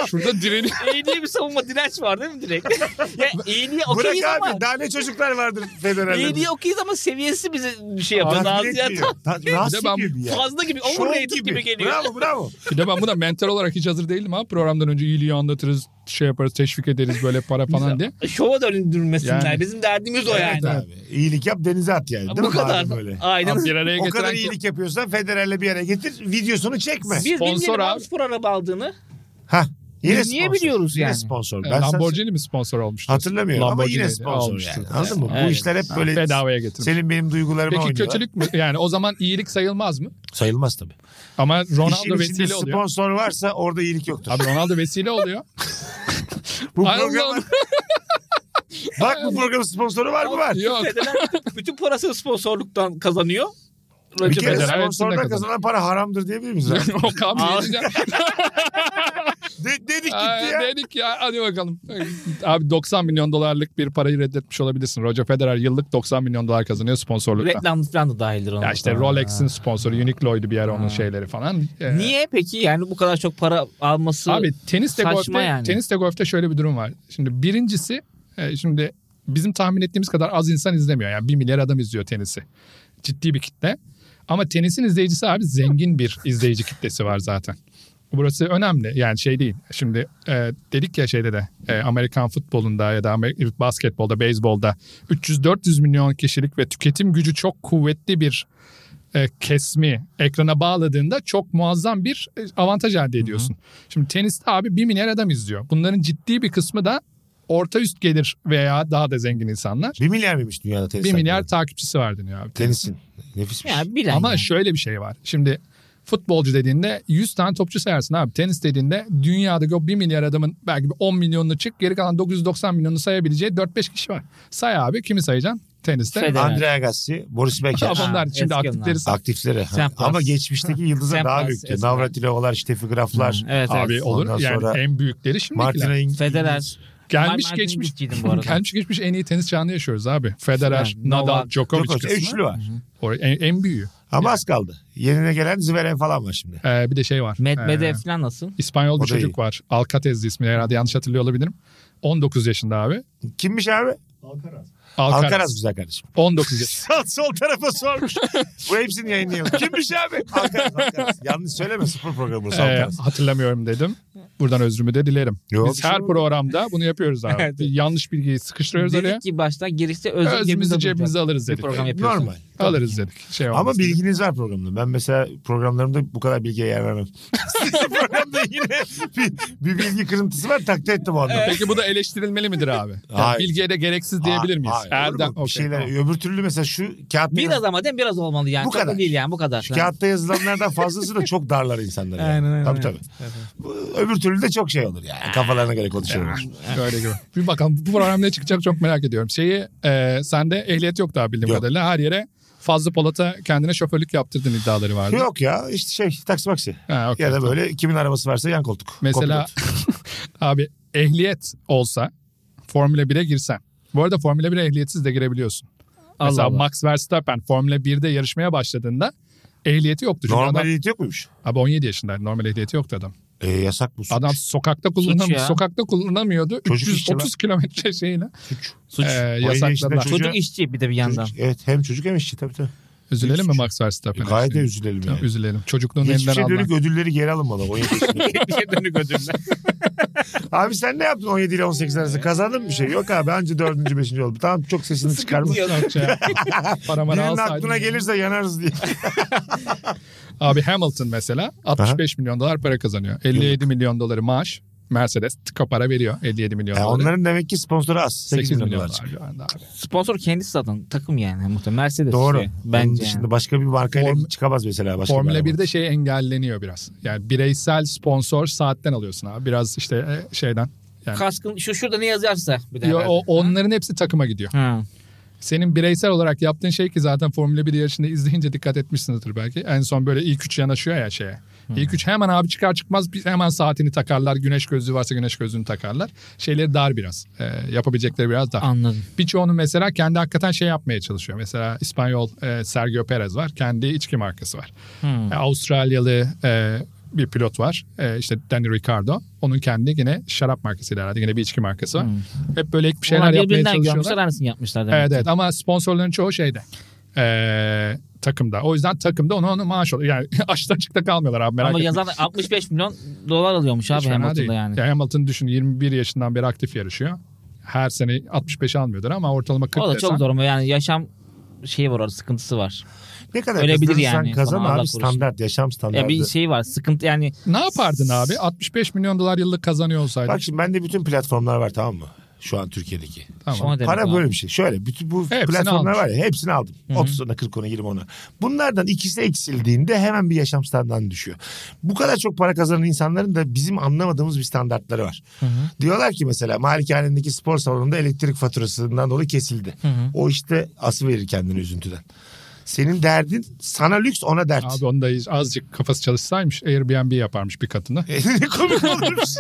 Speaker 4: Şurada direniyor.
Speaker 2: İyiliğe bir savunma direnç var değil mi
Speaker 3: *laughs*
Speaker 2: direkt? ya iyiliğe
Speaker 3: Bırak
Speaker 2: okeyiz ama.
Speaker 3: abi daha ne çocuklar vardır Federer'le.
Speaker 2: İyiliğe okeyiz ama seviyesi bize bir şey yapıyor.
Speaker 3: Rahatsız
Speaker 2: Rahatsız
Speaker 3: etmiyor. Ta- Rahatsız
Speaker 4: Bir de ben-
Speaker 3: ediyor bir ya.
Speaker 2: *laughs* Fazla gibi.
Speaker 3: Şov
Speaker 2: Overrated gibi. gibi geliyor.
Speaker 3: Bravo
Speaker 2: *laughs*
Speaker 3: bravo.
Speaker 4: Bir de ben buna mental olarak hiç hazır değilim ha. Programdan önce iyiliği anlatırız, şey yaparız, teşvik ederiz böyle para falan diye.
Speaker 2: Şova döndürmesinler.
Speaker 4: Yani.
Speaker 2: Bizim derdimiz o yani.
Speaker 3: Evet abi. İyilik yap denize at yani. Değil
Speaker 2: Bu
Speaker 3: mi
Speaker 2: kadar.
Speaker 3: madem Böyle.
Speaker 2: Aynen.
Speaker 4: Abi bir araya
Speaker 3: O kadar
Speaker 4: getiren kim?
Speaker 3: iyilik yapıyorsan Federer'le bir yere getir. Videosunu çekme.
Speaker 2: Biz
Speaker 4: Sponsor
Speaker 2: bilmiyorum abi
Speaker 4: abi.
Speaker 2: spor araba aldığını.
Speaker 3: Hah. Yine
Speaker 2: Biz niye
Speaker 3: sponsor.
Speaker 2: biliyoruz
Speaker 3: Yine
Speaker 2: yani?
Speaker 3: sponsor.
Speaker 4: E,
Speaker 3: Ben
Speaker 4: Lamborghini mi sponsor olmuştu?
Speaker 3: Sen... Hatırlamıyorum ama yine
Speaker 4: Lamborghini'ydi,
Speaker 3: sponsor
Speaker 4: almıştı.
Speaker 3: yani. Anladın mı? Bu
Speaker 2: Evet.
Speaker 3: işler hep böyle
Speaker 4: Bedavaya getirmiş.
Speaker 3: senin benim duygularıma
Speaker 4: Peki
Speaker 3: oynuyorlar.
Speaker 4: kötülük mü? Yani o zaman iyilik sayılmaz mı?
Speaker 3: Sayılmaz tabii.
Speaker 4: Ama
Speaker 3: İşin
Speaker 4: Ronaldo
Speaker 3: içinde
Speaker 4: vesile oluyor.
Speaker 3: sponsor varsa orada iyilik yoktur.
Speaker 4: Abi Ronaldo
Speaker 3: *laughs*
Speaker 4: vesile oluyor.
Speaker 3: bu
Speaker 4: Ay
Speaker 3: programa...
Speaker 4: Allah'ım.
Speaker 3: *laughs* Bak bu programın sponsoru var mı var?
Speaker 4: Yok.
Speaker 2: Federer
Speaker 4: *laughs*
Speaker 2: bütün parasını sponsorluktan kazanıyor.
Speaker 3: Bir
Speaker 2: Roger
Speaker 3: kere
Speaker 2: Federer.
Speaker 4: Federer
Speaker 3: sponsordan
Speaker 4: hepsinde kazanır.
Speaker 3: kazanan para haramdır diyebilir miyiz?
Speaker 4: *laughs*
Speaker 3: abi?
Speaker 4: Yok abi
Speaker 2: Abi.
Speaker 3: *laughs*
Speaker 4: yedinci-
Speaker 3: De- dedik gitti
Speaker 4: Aa,
Speaker 3: ya.
Speaker 4: Dedik ya hadi bakalım. Abi 90 milyon dolarlık bir parayı reddetmiş olabilirsin. Roger Federer yıllık 90 milyon dolar kazanıyor sponsorluktan.
Speaker 2: Reklam falan da dahildir ona.
Speaker 4: Ya işte Rolex'in sponsoru Uniqlo'ydu bir ara onun şeyleri falan. Ee,
Speaker 2: Niye peki yani bu kadar çok para alması?
Speaker 4: Abi teniste
Speaker 2: saçma
Speaker 4: golfte,
Speaker 2: yani.
Speaker 4: teniste golfte şöyle bir durum var. Şimdi birincisi e, şimdi bizim tahmin ettiğimiz kadar az insan izlemiyor. Yani 1 milyar adam izliyor tenisi. Ciddi bir kitle. Ama tenisin izleyicisi abi zengin bir izleyici kitlesi var zaten. Burası önemli yani şey değil. Şimdi e, dedik ya şeyde de e, Amerikan futbolunda ya da Amer- basketbolda, beyzbolda 300-400 milyon kişilik ve tüketim gücü çok kuvvetli bir e, kesmi ekrana bağladığında çok muazzam bir e, avantaj elde ediyorsun. Şimdi teniste abi bir milyar adam izliyor. Bunların ciddi bir kısmı da orta üst gelir veya daha da zengin insanlar.
Speaker 3: Bir milyar mıymış dünyada tenis?
Speaker 4: Bir milyar
Speaker 3: hakları?
Speaker 4: takipçisi var deniyor abi.
Speaker 3: Tenisin. Nefismiş.
Speaker 2: yani bilen
Speaker 4: Ama
Speaker 2: yani.
Speaker 4: şöyle bir şey var. Şimdi futbolcu dediğinde 100 tane topçu sayarsın abi. Tenis dediğinde dünyada o 1 milyar adamın belki bir 10 milyonunu çık geri kalan 990 milyonunu sayabileceği 4-5 kişi var. Say abi kimi sayacaksın? Teniste.
Speaker 2: Federer.
Speaker 3: Andrea Gassi, Boris Becker.
Speaker 4: Ama onlar
Speaker 2: Ha,
Speaker 4: şimdi
Speaker 2: eski
Speaker 4: aktifleri say.
Speaker 3: Aktifleri.
Speaker 2: Sen pas.
Speaker 3: Ama geçmişteki yıldızlar
Speaker 2: Sen
Speaker 3: daha
Speaker 2: pas,
Speaker 3: büyüktü.
Speaker 2: Esmer.
Speaker 3: Navratilovalar, Steffi Graflar.
Speaker 2: Hı, evet, evet.
Speaker 4: Abi olur.
Speaker 3: Ondan
Speaker 4: Yani
Speaker 3: sonra
Speaker 4: en büyükleri şimdikiler.
Speaker 3: Martina Hingis.
Speaker 2: Federer.
Speaker 4: Gelmiş
Speaker 2: Ben Martin
Speaker 4: geçmiş.
Speaker 2: Gitti'ydim bu arada.
Speaker 4: *laughs* gelmiş geçmiş en iyi tenis çağını yaşıyoruz abi. Federer,
Speaker 2: Yani
Speaker 4: Nadal,
Speaker 2: Novak,
Speaker 4: Djokovic,
Speaker 3: Djokovic. E,
Speaker 4: kısmı.
Speaker 3: Üçlü var.
Speaker 4: Or- En, en büyüğü.
Speaker 3: Ama az kaldı. Yerine gelen Zverev falan var şimdi.
Speaker 4: Ee, bir de şey var.
Speaker 2: Med
Speaker 4: Ee,
Speaker 2: Medvedev falan nasıl?
Speaker 4: İspanyol
Speaker 3: O
Speaker 4: bir
Speaker 3: da
Speaker 4: çocuk
Speaker 3: iyi.
Speaker 4: var. Alcatraz ismi herhalde yanlış hatırlıyor olabilirim. 19 yaşında abi.
Speaker 3: Kimmiş abi?
Speaker 4: Alcaraz.
Speaker 3: Alcaraz güzel
Speaker 4: *laughs*
Speaker 3: kardeşim.
Speaker 4: 19 yaş.
Speaker 3: Sağ sol tarafa sormuş. *laughs* Bu hepsini yayınlayalım. Kimmiş abi? Alcaraz, Alcaraz. Yanlış söyleme spor programı burası *laughs*
Speaker 4: Ee,
Speaker 3: Alcaraz.
Speaker 4: hatırlamıyorum dedim. Buradan özrümü de dilerim.
Speaker 3: Yok, bir
Speaker 4: Biz
Speaker 3: şey
Speaker 4: her
Speaker 3: yok.
Speaker 4: programda bunu yapıyoruz abi.
Speaker 2: *laughs* Evet.
Speaker 4: Bir Yanlış bilgiyi sıkıştırıyoruz oraya.
Speaker 2: Dedik ki baştan gelirse özür
Speaker 4: Özümüzü
Speaker 2: cebimize
Speaker 4: cebimize
Speaker 2: cebimize
Speaker 4: alırız
Speaker 2: bir
Speaker 4: dedik.
Speaker 2: program yapıyorsun.
Speaker 3: Normal.
Speaker 4: Alırız dedik. Şey
Speaker 3: Ama
Speaker 4: olmaz dedik.
Speaker 3: bilginiz var programda. Ben mesela programlarımda bu kadar bilgiye yer vermem. *laughs* Sizin programda yine bir, bir bilgi kırıntısı var. Takdir ettim o anda.
Speaker 4: Peki bu da eleştirilmeli
Speaker 3: *laughs*
Speaker 4: midir abi? Yani
Speaker 3: Hayır.
Speaker 4: bilgiye de gereksiz diyebilir miyiz?
Speaker 3: Hayır, olur mu?
Speaker 4: Erdem, okey,
Speaker 3: bir şeyler.
Speaker 4: tamam.
Speaker 3: Öbür türlü mesela şu kağıtta, yaz-
Speaker 2: Biraz ama değil mi? Biraz olmalı yani.
Speaker 3: Bu
Speaker 2: Çok da
Speaker 3: kadar.
Speaker 2: değil yani bu kadar.
Speaker 3: şu kağıtta yazılanlardan fazlası da çok darlar insanları. Yani. tabii tabii. Bu- Öbür türlü de çok şey olur yani. Kafalarına göre konuşuyorlar.
Speaker 4: Böyle gibi. Bir bakalım bu program ne çıkacak çok merak ediyorum. Şeyi e, sende ehliyet yok daha bildiğim
Speaker 3: Yok.
Speaker 4: kadarıyla. Her yere Fazlı Polat'a kendine şoförlük yaptırdın iddiaları vardı.
Speaker 3: Yok ya işte şey taksi maksi.
Speaker 4: Ha, okey,
Speaker 3: Ya da
Speaker 4: tamam.
Speaker 3: böyle kimin arabası varsa yan koltuk.
Speaker 4: Mesela
Speaker 3: Kopilot.
Speaker 4: *laughs* abi ehliyet olsa Formula 1'e girsen. Bu arada Formula 1'e ehliyetsiz de girebiliyorsun. Mesela
Speaker 2: Allah.
Speaker 4: Max Verstappen Formula 1'de yarışmaya başladığında ehliyeti yoktu. Çünkü
Speaker 3: normal
Speaker 4: adam-
Speaker 3: ehliyet yok muymuş?
Speaker 4: abi 17 yaşındaydı. Normal ehliyeti yoktu adam.
Speaker 3: E, yasak bu suç.
Speaker 4: Adam sokakta kullanamıyor.
Speaker 2: ya.
Speaker 4: Sokakta kullanamıyordu.
Speaker 3: Çocuk işçi
Speaker 4: 330 kilometre şeyle.
Speaker 3: suç.
Speaker 2: Suç.
Speaker 4: Ee,
Speaker 3: yaşında
Speaker 4: yasakladılar.
Speaker 3: çocuk-
Speaker 2: Çocuk
Speaker 3: çocuğa-
Speaker 2: işçi bir de bir yandan.
Speaker 3: Çocuk- evet hem çocuk hem işçi tabii tabii.
Speaker 4: Üzülelim mi
Speaker 3: Suç.
Speaker 4: Max Verstappen'e?
Speaker 3: E, gayet de
Speaker 4: Şimdi?
Speaker 3: üzülelim
Speaker 4: Tamam,
Speaker 3: yani.
Speaker 4: Üzülelim. Çocukluğun
Speaker 3: Hiçbir
Speaker 4: elinden
Speaker 3: şey
Speaker 4: alınmak.
Speaker 3: dönük ödülleri geri alınmalı. 17
Speaker 4: *laughs*
Speaker 3: yaşında.
Speaker 2: bir şey dönük ödülle.
Speaker 3: abi sen ne yaptın 17 ile 18
Speaker 4: Ee,
Speaker 3: arası? Kazandın mı bir şey? Yok abi anca 4. 5. oldu. Tamam çok sesini çıkarmış.
Speaker 4: Yok şey.
Speaker 3: *laughs*
Speaker 4: Para mara
Speaker 3: Birinin
Speaker 4: alsaydın
Speaker 3: aklına
Speaker 4: ya.
Speaker 3: gelirse yanarız *laughs* diye.
Speaker 4: Abi Hamilton mesela 65 milyon dolar para kazanıyor. 57 milyon doları maaş. Mercedes tıka para veriyor 57 milyon
Speaker 3: Yani
Speaker 4: doları.
Speaker 3: onların demek ki sponsoru az. 8,
Speaker 4: 8
Speaker 3: E, milyon,
Speaker 4: milyon
Speaker 3: dolar.
Speaker 4: dolar civarında abi.
Speaker 2: Sponsor kendisi zaten takım yani muhtemelen. Mercedes.
Speaker 3: Doğru.
Speaker 2: Şey,
Speaker 3: Onun
Speaker 2: bence
Speaker 3: dışında
Speaker 2: yani.
Speaker 3: başka bir markayla
Speaker 4: Form-
Speaker 3: çıkamaz mesela. Başka
Speaker 4: Formula
Speaker 3: bir araba.
Speaker 4: 1'de şey engelleniyor biraz. Yani bireysel sponsor saatten alıyorsun abi. Biraz işte e, şeyden. Yani
Speaker 2: Kaskın şu şurada ne yazarsa bir de.
Speaker 4: Yo,
Speaker 2: herhalde.
Speaker 4: o, onların hepsi takıma gidiyor.
Speaker 2: Ha.
Speaker 4: Senin bireysel olarak yaptığın şey ki zaten Formula 1 yarışını izleyince dikkat etmişsinizdir belki. En son böyle ilk üç yanaşıyor ya şeye.
Speaker 2: Hmm.
Speaker 4: İlk üç hemen abi çıkar çıkmaz bir- hemen saatini takarlar. Güneş gözlüğü varsa güneş gözlüğünü takarlar. Şeyleri dar biraz. Ee, yapabilecekleri biraz dar.
Speaker 2: Anladım.
Speaker 4: Birçoğunu mesela kendi hakikaten şey yapmaya çalışıyor. Mesela İspanyol e, Sergio Perez var. Kendi içki markası var.
Speaker 2: Hmm.
Speaker 4: E, Avustralyalı e, bir pilot var. E, işte Danny Ricardo. Onun kendi yine şarap markasıyla herhalde. Yine bir içki markası var. Hep böyle bir şeyler
Speaker 2: Hmm. Onlar
Speaker 4: yapmaya
Speaker 2: birbirinden
Speaker 4: çalışıyorlar.
Speaker 2: görmüşler aynısını yapmışlar demek.
Speaker 4: Evet evet ama sponsorların çoğu şeyde. Ee, takımda. O yüzden takımda ona ona maaş oluyor. Yani *laughs* açta açıkta kalmıyorlar abi merak
Speaker 2: Ama
Speaker 4: etme.
Speaker 2: yazan 65 milyon dolar alıyormuş abi
Speaker 4: Hiç fena değil.
Speaker 2: Hamilton'da yani.
Speaker 4: Ya Hamilton düşün 21 yaşından beri aktif yarışıyor. Her sene 65 almıyordur ama ortalama 40
Speaker 2: O da
Speaker 4: desen.
Speaker 2: çok zor yani yaşam şeyi var orada sıkıntısı var.
Speaker 3: Ne kadar
Speaker 2: Ölebilir
Speaker 3: kazanırsan
Speaker 2: yani.
Speaker 3: kazan
Speaker 2: Sana Allah
Speaker 3: abi
Speaker 2: korusun.
Speaker 3: standart. Yaşam standartı.
Speaker 2: Ya bir şey var sıkıntı yani
Speaker 4: Ne yapardın abi? 65 milyon dolar yıllık kazanıyor olsaydın.
Speaker 3: Bak şimdi bende bütün platformlar var tamam mı? Şu an Türkiye'deki.
Speaker 4: tamam.
Speaker 2: sonra demek
Speaker 3: Para
Speaker 2: abi.
Speaker 3: böyle bir şey. Şöyle bütün bu
Speaker 4: Hepsini
Speaker 3: platformlar
Speaker 4: almış.
Speaker 3: var ya hepsini aldım. 30 ona 40 ona 20 ona. Bunlardan ikisi eksildiğinde hemen bir yaşam standartı düşüyor. Bu kadar çok para kazanan insanların da bizim anlamadığımız bir standartları var. Diyorlar ki mesela malikanendeki spor salonunda elektrik faturasından dolayı kesildi. O işte ası verir kendini üzüntüden. Senin derdin sana lüks ona dert.
Speaker 4: Abi onu da iz- azıcık kafası çalışsaymış Airbnb yaparmış bir katını.
Speaker 3: *laughs* ne komik şey. olurmuş.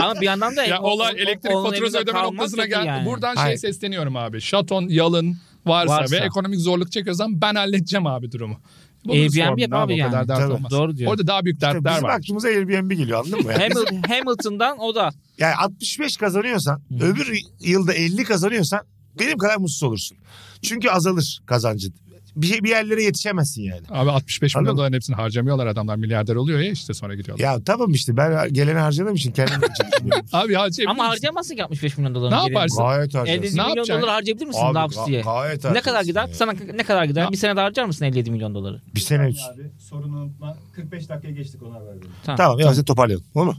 Speaker 2: Ama bir yandan da
Speaker 4: Ya
Speaker 2: Şey, o-
Speaker 4: olay
Speaker 2: o-
Speaker 4: elektrik
Speaker 2: onun
Speaker 4: faturası
Speaker 2: elinde
Speaker 4: ödeme
Speaker 2: kalmak
Speaker 4: noktasına
Speaker 2: kötü
Speaker 4: geldi.
Speaker 2: yani.
Speaker 4: Buradan şey
Speaker 3: Hayır.
Speaker 4: sesleniyorum abi. Şaton, yalın varsa,
Speaker 2: Varsa.
Speaker 4: ve ekonomik zorluk çekiyorsan ben halledeceğim abi durumu. Bunu
Speaker 2: Airbnb
Speaker 4: sormayın
Speaker 2: yap
Speaker 4: abi,
Speaker 2: abi
Speaker 4: o
Speaker 2: yani.
Speaker 4: kadar dert
Speaker 3: Tabii.
Speaker 4: olmaz.
Speaker 2: Doğru diyor.
Speaker 4: Orada daha büyük
Speaker 3: Bizim
Speaker 4: dertler var.
Speaker 3: aklımıza Airbnb geliyor anladın
Speaker 4: *laughs*
Speaker 3: mı? Yani,
Speaker 2: Hamil- Hamilton'dan o da
Speaker 3: yani 65 kazanıyorsan öbür yılda 50 kazanıyorsan benim kadar mutsuz olursun. Çünkü azalır kazancın. Bir, şey- bir yerlere yetişemezsin yani.
Speaker 4: Abi 65
Speaker 3: Anladın
Speaker 4: milyon
Speaker 3: mı?
Speaker 4: doların hepsini harcamıyorlar adamlar. Milyarder oluyor ya işte sonra gidiyorlar.
Speaker 3: Ya tamam işte ben geleni harcadığım için kendim için
Speaker 2: *laughs*
Speaker 3: düşünüyorum.
Speaker 4: Abi şey, harcayabilir
Speaker 2: ama
Speaker 4: misin?
Speaker 2: harcayamazsın ki 65 milyon dolarını.
Speaker 4: Ne
Speaker 2: geri.
Speaker 4: yaparsın?
Speaker 3: Gayet
Speaker 2: 57
Speaker 3: harcarsın.
Speaker 4: Ne
Speaker 2: milyon
Speaker 4: yapacaksın?
Speaker 2: dolar harcayabilir misin
Speaker 3: Abi,
Speaker 2: ne yapsın
Speaker 3: ga-
Speaker 2: diye?
Speaker 3: gayet
Speaker 2: Ne kadar
Speaker 3: harcarsın
Speaker 2: gider?
Speaker 3: ya.
Speaker 2: Sana ne kadar gider? Bir senede harcar mısın 57 milyon doları?
Speaker 3: Bir sene
Speaker 5: Abi
Speaker 3: üst.
Speaker 5: Abi, sorunu unutma. 45 dakikaya geçtik ona haber verin.
Speaker 3: Tamam yavaşça toparlayalım. Olur mu?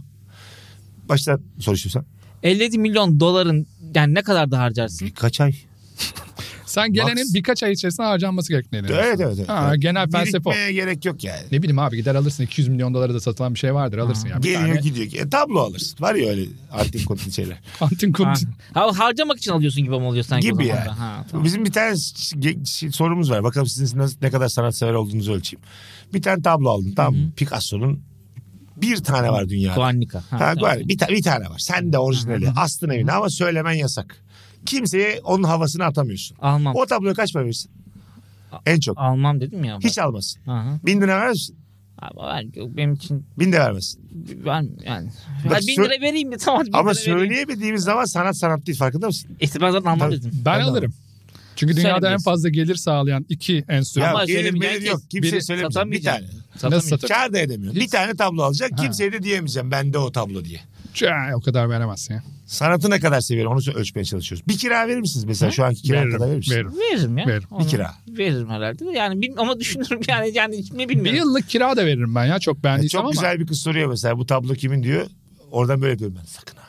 Speaker 3: Baştan soru istiyorsan.
Speaker 2: 57 milyon doların yani ne kadar da harcarsın?
Speaker 3: Birkaç ay.
Speaker 4: Sen gelenin
Speaker 3: Max-
Speaker 4: birkaç ay içerisinde harcanması gerektiğini.
Speaker 3: Evet evet. evet.
Speaker 4: Ha, genel felsefe o.
Speaker 3: Birikmeye gerek yok yani.
Speaker 4: Ne bileyim abi gider alırsın 200 milyon dolara da satılan bir şey vardır alırsın ya. Bir
Speaker 3: Geliyor
Speaker 4: tane
Speaker 3: gidiyor. E, tablo alırsın. Var ya öyle antin kontin şeyler.
Speaker 4: antin
Speaker 2: Ha.
Speaker 4: kontin.
Speaker 2: Ha, harcamak için alıyorsun gibi mi oluyor sanki? o
Speaker 3: Gibi
Speaker 2: zaman da?
Speaker 3: yani.
Speaker 2: Ha, tamam.
Speaker 3: Bizim bir tane ş- ge- ş- sorumuz var. Bakalım sizin nasıl- ne kadar sanatsever olduğunuzu ölçeyim. Bir tane tablo aldım. Tamam mı? Picasso'nun bir tane var dünyada.
Speaker 2: Guernica. Ha,
Speaker 3: Ha,
Speaker 2: tamam.
Speaker 3: Guernica. bir, ta- bir tane var. Sen de orijinali. Astın evine ama söylemen yasak. Kimseye onun havasını atamıyorsun.
Speaker 2: Almam.
Speaker 3: O tabloya kaç para verirsin? En çok.
Speaker 2: Almam dedim ya.
Speaker 3: Hiç almasın.
Speaker 2: Aha.
Speaker 3: Bin lira verir misin?
Speaker 2: Abi ver, benim için
Speaker 3: Bin de vermesin.
Speaker 2: ben yani.
Speaker 3: Bak
Speaker 2: Bak, bin
Speaker 3: sö-
Speaker 2: lira vereyim mi? Tamam bin
Speaker 3: Ama
Speaker 2: lira vereyim.
Speaker 3: söyleyemediğimiz zaman sanat sanat değil farkında mısın?
Speaker 2: İşte ben zaten almam
Speaker 3: Tabii.
Speaker 2: dedim.
Speaker 4: Ben
Speaker 3: Ben de
Speaker 4: alırım. Çünkü dünyada en
Speaker 2: Söylemeyiz.
Speaker 4: fazla gelir sağlayan iki enstrüman.
Speaker 2: Ama
Speaker 3: ya gelir
Speaker 2: söylemeyen
Speaker 3: gelir
Speaker 2: kes.
Speaker 3: yok. Kimse
Speaker 4: Biri
Speaker 3: söylemeyecek. Bir tane.
Speaker 2: satamayacak.
Speaker 4: Nasıl satar?
Speaker 3: Kar da edemiyor. Bir tane tablo alacak. Kimseye de diyemeyeceğim bende o tablo diye.
Speaker 4: Çaa, o kadar veremezsin ya.
Speaker 3: Sanatı ne kadar seviyorum onu ölçmeye çalışıyoruz. Bir kira verir misiniz mesela şu anki kira
Speaker 4: Veririm,
Speaker 3: kadar verir misiniz?
Speaker 4: veririm.
Speaker 2: Veririm ya.
Speaker 4: Veririm.
Speaker 2: Onu
Speaker 3: Bir kira.
Speaker 2: Veririm herhalde. Yani bil- ama düşünürüm *laughs* yani yani ne
Speaker 4: Bir
Speaker 2: bilmiyorum.
Speaker 4: yıllık kira da veririm ben ya çok
Speaker 3: Yani
Speaker 4: beğendiysem
Speaker 3: E, çok
Speaker 4: ama.
Speaker 3: güzel bir kız soruyor mesela bu tablo kimin diyor. Oradan böyle diyorum ben sakın ha.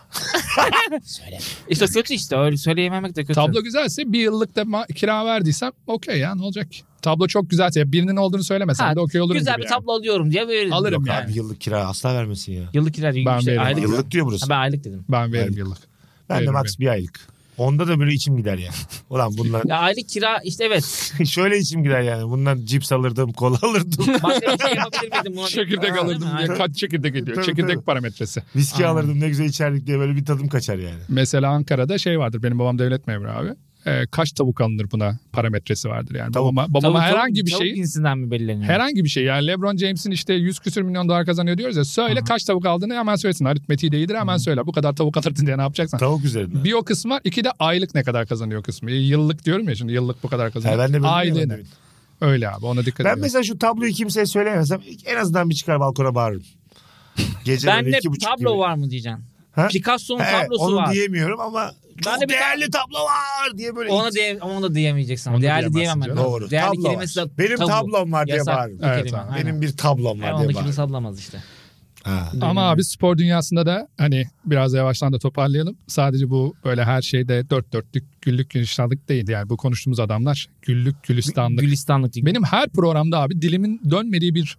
Speaker 2: İşte kötü işte öyle söyleyememek de kötü.
Speaker 4: Tablo güzelse bir yıllık da ma- kira verdiysem okey ya ne olacak? ki? Tablo çok güzelse ya birinin olduğunu
Speaker 2: Ha,
Speaker 4: söylesen de okey olurum
Speaker 2: Güzel
Speaker 4: gibi
Speaker 2: bir
Speaker 4: yani.
Speaker 2: tablo alıyorum diye veririm.
Speaker 4: Alırım
Speaker 3: Yok
Speaker 4: yani.
Speaker 3: abi yıllık kira asla vermesin ya.
Speaker 2: Yıllık ileride gibi
Speaker 4: Ben
Speaker 2: bir şey.
Speaker 4: veririm.
Speaker 2: Aylık.
Speaker 3: Yıllık diyor burası.
Speaker 2: Ha, ben aylık dedim.
Speaker 4: Ben veririm yıllık.
Speaker 3: ben de
Speaker 4: veririm
Speaker 3: max bir aylık. Onda da böyle içim gider ya.
Speaker 4: *laughs*
Speaker 3: Ulan bunlar *laughs*
Speaker 2: Ya aylık kira işte evet.
Speaker 3: şöyle içim gider yani. Bundan cips alırdım, kola alırdım,
Speaker 4: *laughs*
Speaker 2: Başka bir şey yapabilir miydim buna?
Speaker 4: Çekirdek
Speaker 2: Değil mi?
Speaker 4: alırdım diye
Speaker 2: Aynen.
Speaker 4: kaç çekirdek ediyor.
Speaker 3: Tabii,
Speaker 4: çekirdek
Speaker 3: tabii.
Speaker 4: parametresi.
Speaker 3: viski
Speaker 2: Aynen.
Speaker 3: alırdım ne güzel içerdik diye böyle bir tadım kaçar yani.
Speaker 4: Mesela Ankara'da şey vardır. Benim babam devlet memuru abi. Ee, kaç tavuk alınır buna parametresi vardır yani.
Speaker 3: Tavuk.
Speaker 4: Babama, babama
Speaker 2: Tavuk- tavuk-
Speaker 4: herhangi bir
Speaker 2: tavuk
Speaker 4: şey
Speaker 2: cinsinden mi belirleniyor?
Speaker 4: herhangi bir şey yani LeBron James'in işte 100 küsür milyon dolar kazanıyor diyoruz ya söyle kaç tavuk aldığını hemen söylesin. Aritmetiği de iyidir hemen söyle. Bu kadar tavuk alırdın diye ne yapacaksan.
Speaker 3: Tavuk
Speaker 4: *laughs*
Speaker 3: üzerinden.
Speaker 4: Bir o kısım var. iki de aylık ne kadar kazanıyor kısmı. E, Yıllık diyorum ya şimdi yıllık bu kadar
Speaker 3: Ha,
Speaker 4: kazanıyor.
Speaker 3: ben de böyle
Speaker 4: Aylığını.
Speaker 3: diyorum ben de.
Speaker 4: Öyle abi ona dikkat
Speaker 3: Ben
Speaker 4: edin.
Speaker 3: mesela şu tabloyu kimseye söyleyemezsem en azından bir çıkar balkona
Speaker 4: *laughs*
Speaker 3: bağırırım. Gece
Speaker 2: Ben
Speaker 3: böyle
Speaker 2: de
Speaker 3: iki buçuk
Speaker 2: tablo
Speaker 3: gibi.
Speaker 2: var mı diyeceksin.
Speaker 3: Ha?
Speaker 2: Picasso'nun
Speaker 3: He,
Speaker 2: tablosu
Speaker 3: onu
Speaker 2: var.
Speaker 3: diyemiyorum ama çok
Speaker 2: Ben de bir
Speaker 3: değerli tablo var diye böyle.
Speaker 2: Ona diye ama ona da diyemeyeceksin.
Speaker 4: Onu da
Speaker 2: Değerli diyemem
Speaker 4: diyemezsin
Speaker 2: ben.
Speaker 4: canım.
Speaker 3: Doğru.
Speaker 2: Değerli
Speaker 3: Tablo
Speaker 2: kelimesi
Speaker 3: var.
Speaker 2: de
Speaker 3: Benim
Speaker 2: tabu.
Speaker 3: tablom var diye
Speaker 2: Yasak
Speaker 3: bağırırım.
Speaker 2: bir
Speaker 4: Evet
Speaker 2: kelime,
Speaker 4: abi.
Speaker 2: aynen.
Speaker 3: Benim bir tablom
Speaker 2: Aynen,
Speaker 3: var
Speaker 2: onu
Speaker 3: diye
Speaker 2: kimse
Speaker 3: bağırırım.
Speaker 2: sallamaz işte.
Speaker 3: Ha.
Speaker 4: Ama abi spor dünyasında da hani biraz yavaştan da toparlayalım. Sadece bu böyle her şeyde dört dörtlük güllük gülistanlık değil. Yani bu konuştuğumuz adamlar güllük gülistanlık.
Speaker 2: Gülistanlık diye.
Speaker 4: Benim her programda abi dilimin dönmediği bir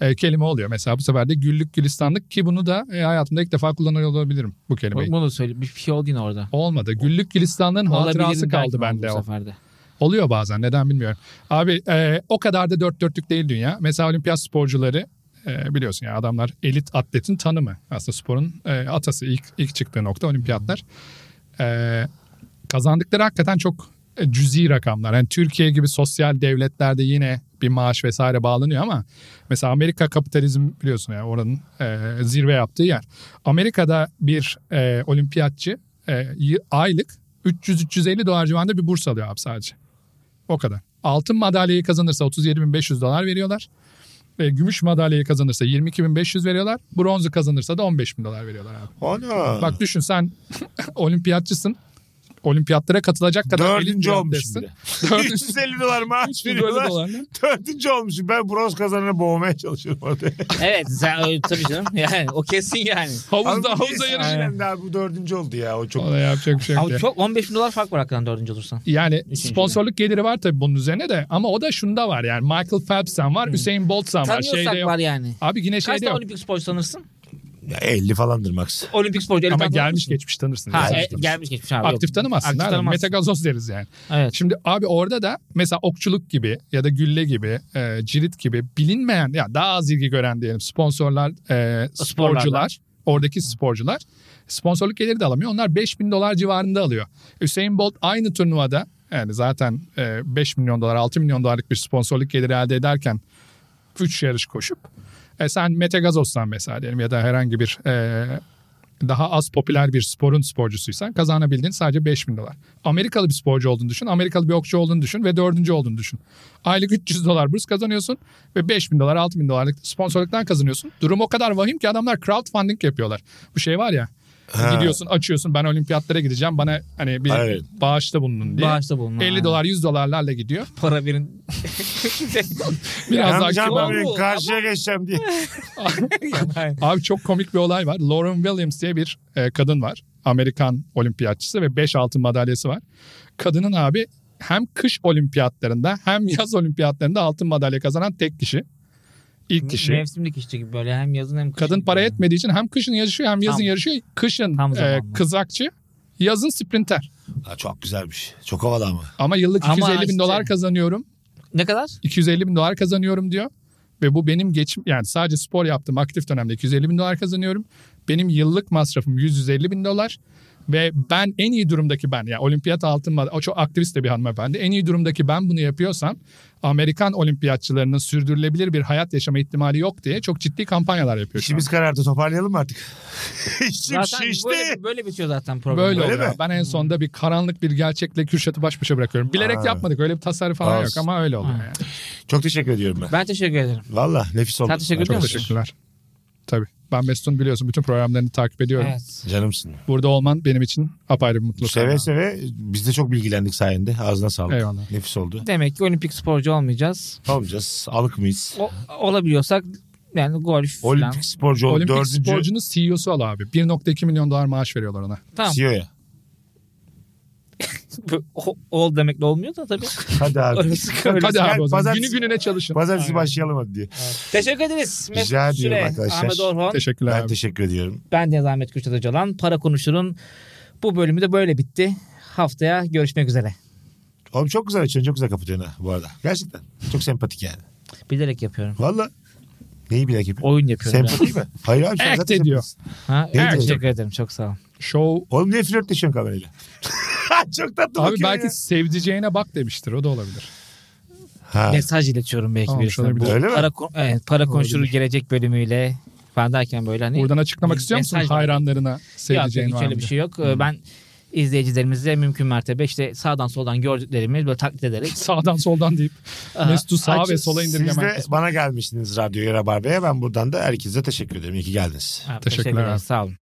Speaker 4: e, kelime oluyor. Mesela bu sefer de güllük gülistanlık ki bunu da e, hayatımda ilk defa kullanıyor olabilirim bu kelimeyi.
Speaker 2: Bunu söyle. Bir şey oldu yine orada.
Speaker 4: Olmadı. Güllük gülistanlığın hatırası
Speaker 2: Olabilirim
Speaker 4: kaldı
Speaker 2: belki
Speaker 4: bende
Speaker 2: bu
Speaker 4: o.
Speaker 2: seferde.
Speaker 4: Oluyor bazen neden bilmiyorum. Abi e, o kadar da dört dörtlük değil dünya. Mesela olimpiyat sporcuları e, biliyorsun ya adamlar elit atletin tanımı. Aslında sporun e, atası ilk, ilk çıktığı nokta olimpiyatlar. E, kazandıkları hakikaten çok e, cüzi rakamlar. Yani Türkiye gibi sosyal devletlerde yine bir maaş vesaire bağlanıyor ama mesela Amerika kapitalizm biliyorsun yani oranın e, zirve yaptığı yer. Amerika'da bir e, olimpiyatçı e, y- aylık 300-350 dolar civarında bir burs alıyor abi sadece. O kadar. Altın madalyayı kazanırsa 37.500 dolar veriyorlar. E, gümüş madalyayı kazanırsa 22.500 veriyorlar. Bronzu kazanırsa da 15.000 dolar veriyorlar abi.
Speaker 3: Ana. *laughs*
Speaker 4: Bak düşün sen *laughs* olimpiyatçısın. Olimpiyatlara katılacak kadar elit
Speaker 3: Dördüncü
Speaker 4: bir
Speaker 3: olmuşum
Speaker 4: atletsin.
Speaker 3: bile.
Speaker 4: Dördüncü
Speaker 3: 350 dolar maaş
Speaker 4: 300 dolar
Speaker 3: veriyorlar.
Speaker 4: dolarla.
Speaker 3: Dördüncü olmuşum. Ben bronz kazanını boğmaya
Speaker 2: *laughs*
Speaker 3: çalışıyorum orada.
Speaker 2: Evet sen öyle- tabii canım. Yani o kesin yani.
Speaker 4: Havuzda
Speaker 3: Ama
Speaker 4: havuza yarış.
Speaker 3: Aynen daha bu dördüncü oldu ya. O çok
Speaker 4: O da yapacak bir şey yok.
Speaker 2: Ama
Speaker 4: ya.
Speaker 2: çok 15 bin dolar fark var hakikaten dördüncü olursan.
Speaker 4: Yani
Speaker 2: Üçüncü.
Speaker 4: sponsorluk geliri var tabii bunun üzerine de ama o da şunda var yani Michael Phelps'en var, Hüseyin Bolt'san var.
Speaker 2: Tanıyorsak
Speaker 4: Şeyde yok.
Speaker 2: var yani.
Speaker 4: Abi yine
Speaker 2: Kaç
Speaker 4: şeyde
Speaker 2: tane
Speaker 4: yok.
Speaker 2: olimpik sporcu tanırsın?
Speaker 3: Ya 50 falandır max.
Speaker 2: Olimpik sporcu.
Speaker 4: Ama
Speaker 2: olimpiyat
Speaker 4: gelmiş
Speaker 2: tanırsın.
Speaker 4: geçmiş tanırsın.
Speaker 2: Ha
Speaker 4: Yani.
Speaker 2: e, gelmiş geçmiş abi.
Speaker 4: Aktif
Speaker 2: Yok.
Speaker 4: tanımazsın.
Speaker 2: Aktif
Speaker 4: Aktif
Speaker 2: tanımazsın.
Speaker 4: Metagazoz deriz yani.
Speaker 2: Evet.
Speaker 4: Şimdi abi orada da mesela okçuluk gibi ya da gülle gibi, e, cirit gibi bilinmeyen ya daha az ilgi gören diyelim sponsorlar, e, sporcular, oradaki sporcular sponsorluk geliri de alamıyor. Onlar 5000 dolar civarında alıyor. Hüseyin Bolt aynı turnuvada yani zaten e, 5 milyon dolar, 6 milyon dolarlık bir sponsorluk geliri elde ederken 3 yarış koşup e, sen Metagazos'tan mesela diyelim ya da herhangi bir e, daha az popüler bir sporun sporcusuysan kazanabildiğin sadece 5000 dolar. Amerikalı bir sporcu olduğunu düşün, Amerikalı bir okçu olduğunu düşün ve dördüncü olduğunu düşün. Aylık 300 dolar burs kazanıyorsun ve 5000 dolar 6000 dolarlık sponsorluktan kazanıyorsun. Durum o kadar vahim ki adamlar crowdfunding yapıyorlar. Bu şey var ya gidiyorsun açıyorsun ben olimpiyatlara gideceğim bana hani bir
Speaker 3: Evet.
Speaker 4: bağışta bulunun diye.
Speaker 2: Bağışta bulunun.
Speaker 4: 50
Speaker 2: aynen.
Speaker 4: dolar 100 dolarlarla gidiyor.
Speaker 2: Para verin. *laughs*
Speaker 4: Biraz daha
Speaker 3: Amcam
Speaker 4: kilo-
Speaker 2: Ama-
Speaker 3: abi karşıya geçeceğim
Speaker 2: *laughs*
Speaker 3: diye.
Speaker 4: *laughs* Abi çok komik bir olay var. Lauren Williams diye bir e, kadın var. Amerikan olimpiyatçısı ve 5 altın madalyası var. Kadının abi hem kış olimpiyatlarında hem *laughs* yaz olimpiyatlarında altın madalya kazanan tek kişi. İlk kişi.
Speaker 2: Mevsimlik işçi gibi böyle hem yazın hem kışın.
Speaker 4: Kadın para
Speaker 2: Yani.
Speaker 4: etmediği için hem kışın yarışıyor hem yazın
Speaker 2: Tam-
Speaker 4: yarışıyor. Kışın
Speaker 2: tam
Speaker 4: e,
Speaker 2: zamanlı.
Speaker 4: kızakçı, yazın sprinter.
Speaker 3: Ha, çok güzelmiş. Çok havalı ama.
Speaker 4: Ama yıllık
Speaker 2: Ama
Speaker 4: 250 bin
Speaker 2: işte-
Speaker 4: dolar kazanıyorum.
Speaker 2: Ne kadar?
Speaker 4: 250 bin dolar kazanıyorum diyor. Ve bu benim geçim yani sadece spor yaptığım aktif dönemde 250 bin dolar kazanıyorum. Benim yıllık masrafım 150 bin dolar. Ve ben en iyi durumdaki ben yani olimpiyat altın madalya o çok aktivist de bir hanımefendi. En iyi durumdaki ben bunu yapıyorsam Amerikan olimpiyatçılarının sürdürülebilir bir hayat yaşama ihtimali yok diye çok ciddi kampanyalar yapıyor. şu an.
Speaker 3: İşimiz karardı toparlayalım mı artık? *laughs* İşim
Speaker 2: Zaten
Speaker 3: şişti.
Speaker 2: böyle, böyle bitiyor zaten program.
Speaker 4: Böyle
Speaker 3: Öyle
Speaker 4: oluyor.
Speaker 3: mi?
Speaker 4: Ben en sonunda bir karanlık bir gerçekle Kürşat'ı baş başa bırakıyorum. Bilerek
Speaker 3: Aa.
Speaker 4: yapmadık. Öyle bir tasarruf falan
Speaker 3: Olsun.
Speaker 4: yok ama öyle oluyor.
Speaker 2: Ha.
Speaker 4: Yani.
Speaker 3: Çok teşekkür ediyorum ben.
Speaker 2: Ben teşekkür ederim.
Speaker 3: Valla nefis oldu.
Speaker 2: Sen teşekkür
Speaker 4: Çok
Speaker 2: ediyor musun?
Speaker 4: teşekkürler. Tabii. Ben Mesut'un biliyorsun bütün programlarını takip ediyorum.
Speaker 2: Evet.
Speaker 3: Canımsın.
Speaker 4: Burada olman benim için apayrı bir mutluluk.
Speaker 3: Seve seve biz de çok bilgilendik sayende. Ağzına sağlık.
Speaker 4: Eyvallah.
Speaker 3: Nefis oldu.
Speaker 2: Demek ki olimpik sporcu olmayacağız.
Speaker 3: Olmayacağız. Alık mıyız?
Speaker 2: O, olabiliyorsak yani golf falan.
Speaker 3: Olimpik sporcu ol.
Speaker 4: Olimpik
Speaker 3: Dördüncü
Speaker 4: sporcunun CEO'su ol abi. 1.2 milyon dolar maaş veriyorlar ona.
Speaker 2: Tamam.
Speaker 3: CEO'ya.
Speaker 2: Bu- o- Ol demekle olmuyor da tabii.
Speaker 4: *laughs*
Speaker 3: Hadi abi.
Speaker 2: Orası öyle.
Speaker 4: Hadi abi o zaman.
Speaker 3: şey Pazartesi-
Speaker 4: Günü gününe çalışın.
Speaker 3: Pazartesi başlayalım hadi diye.
Speaker 2: Teşekkür ederiz. Mesut
Speaker 3: Rica ediyorum
Speaker 2: Süre,
Speaker 3: arkadaşlar.
Speaker 2: Ahmet Orhon.
Speaker 4: Teşekkürler
Speaker 3: Ben
Speaker 4: abi.
Speaker 3: teşekkür ediyorum.
Speaker 2: Ben Deniz Ahmet Kürşat Öcalan. Para Konuşur'un bu bölümü de böyle bitti. Haftaya görüşmek üzere.
Speaker 3: Oğlum çok güzel açıyorsun. Çok güzel kapatıyorsun ha bu arada. Gerçekten. Çok sempatik yani.
Speaker 2: Bilerek yapıyorum.
Speaker 3: Valla. Neyi bilek yapıyorsun?
Speaker 2: Oyun yapıyorum. yani.
Speaker 3: Sempati
Speaker 4: *laughs*
Speaker 3: mi? Hayır abi sen
Speaker 4: Act
Speaker 3: zaten
Speaker 4: ediyor.
Speaker 3: sempatiksin.
Speaker 2: Ha,
Speaker 3: Ne diyeceksin?
Speaker 2: teşekkür ederim. Çok sağ ol.
Speaker 4: Show.
Speaker 3: Oğlum niye flörtleşiyorsun kamerayla? *laughs* çok tatlı
Speaker 4: Abi
Speaker 3: bakıyor
Speaker 4: belki
Speaker 3: ya.
Speaker 4: sevdiceğine bak demiştir. O da olabilir.
Speaker 3: Ha.
Speaker 2: Mesaj iletiyorum belki
Speaker 4: Tamam,
Speaker 2: birisine.
Speaker 4: şöyle bir-
Speaker 2: Bu
Speaker 3: Öyle mi?
Speaker 2: para, kon- evet, para konuşurur gelecek bölümüyle falan derken böyle hani.
Speaker 4: Buradan açıklamak istiyor musun
Speaker 2: Mesaj-
Speaker 4: hayranlarına
Speaker 2: Yok,
Speaker 4: sevdiceğin
Speaker 2: hiç
Speaker 4: var mı
Speaker 2: öyle bir
Speaker 4: diye?
Speaker 2: şey yok. Ee, Ben izleyicilerimize mümkün mertebe işte sağdan soldan gördüklerimi böyle taklit ederek.
Speaker 4: Sağdan soldan deyip
Speaker 2: Aha,
Speaker 4: Mesut'u sağa
Speaker 3: Açın.
Speaker 4: ve sola
Speaker 3: Siz
Speaker 4: indirgemen.
Speaker 3: de bana gelmiştiniz radyoya Rabarba'ya. Ben buradan da herkese teşekkür ederim. İyi ki geldiniz.
Speaker 2: Ha,
Speaker 4: Teşekkürler
Speaker 2: teşekkürler.
Speaker 4: abi.
Speaker 2: Sağ olun.